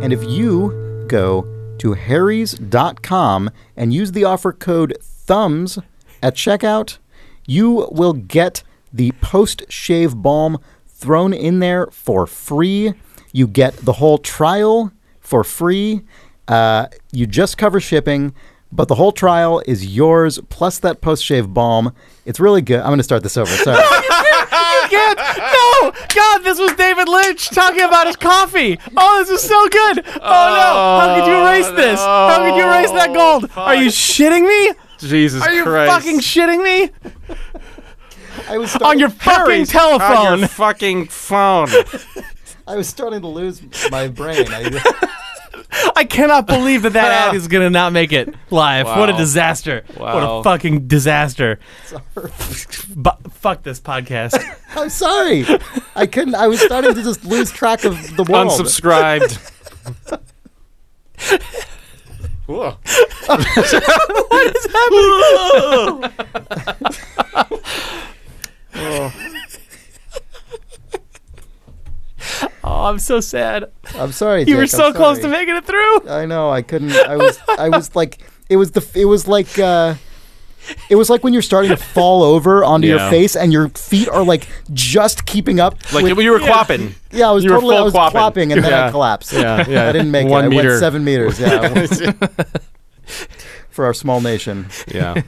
[SPEAKER 1] And if you go to harrys.com and use the offer code thumbs at checkout, you will get the post shave balm thrown in there for free. You get the whole trial for free. Uh, you just cover shipping, but the whole trial is yours plus that post shave balm. It's really good. I'm going to start this over. Sorry.
[SPEAKER 3] can't. No, God, this was David Lynch talking about his coffee. Oh, this is so good. Oh, no, how could you erase this? How could you erase that gold? Are you shitting me?
[SPEAKER 4] Jesus
[SPEAKER 3] Are you
[SPEAKER 4] Christ.
[SPEAKER 3] fucking shitting me
[SPEAKER 1] I was
[SPEAKER 3] on
[SPEAKER 1] starting-
[SPEAKER 3] your fucking
[SPEAKER 4] on
[SPEAKER 3] telephone?
[SPEAKER 4] your fucking phone.
[SPEAKER 1] I was starting to lose my brain. I,
[SPEAKER 3] I cannot believe that that ad is gonna not make it live. What a
[SPEAKER 4] Wow.
[SPEAKER 3] disaster! What
[SPEAKER 4] Wow.
[SPEAKER 3] a fucking disaster! Bu- fuck this podcast.
[SPEAKER 1] I'm sorry. I couldn't. I was starting to just lose track of the world.
[SPEAKER 4] Unsubscribed. Whoa.
[SPEAKER 3] Oh, I'm so sad.
[SPEAKER 1] I'm sorry.
[SPEAKER 3] You were so close to making it through.
[SPEAKER 1] I know. I couldn't. I was. I was like. It was the. It was like. uh It was like when you're starting to fall over onto your
[SPEAKER 4] Yeah.
[SPEAKER 1] face and your feet are like just keeping up.
[SPEAKER 4] Like
[SPEAKER 1] with-
[SPEAKER 4] you were quapping.
[SPEAKER 1] yeah, I was
[SPEAKER 4] you were
[SPEAKER 1] totally I
[SPEAKER 4] full
[SPEAKER 1] was
[SPEAKER 4] quapping.
[SPEAKER 1] quapping and then I
[SPEAKER 4] Yeah.
[SPEAKER 1] collapsed.
[SPEAKER 4] Yeah, yeah.
[SPEAKER 1] I didn't make
[SPEAKER 4] One
[SPEAKER 1] it. I
[SPEAKER 4] meter.
[SPEAKER 1] went seven meters. Yeah, for our small nation.
[SPEAKER 4] Yeah.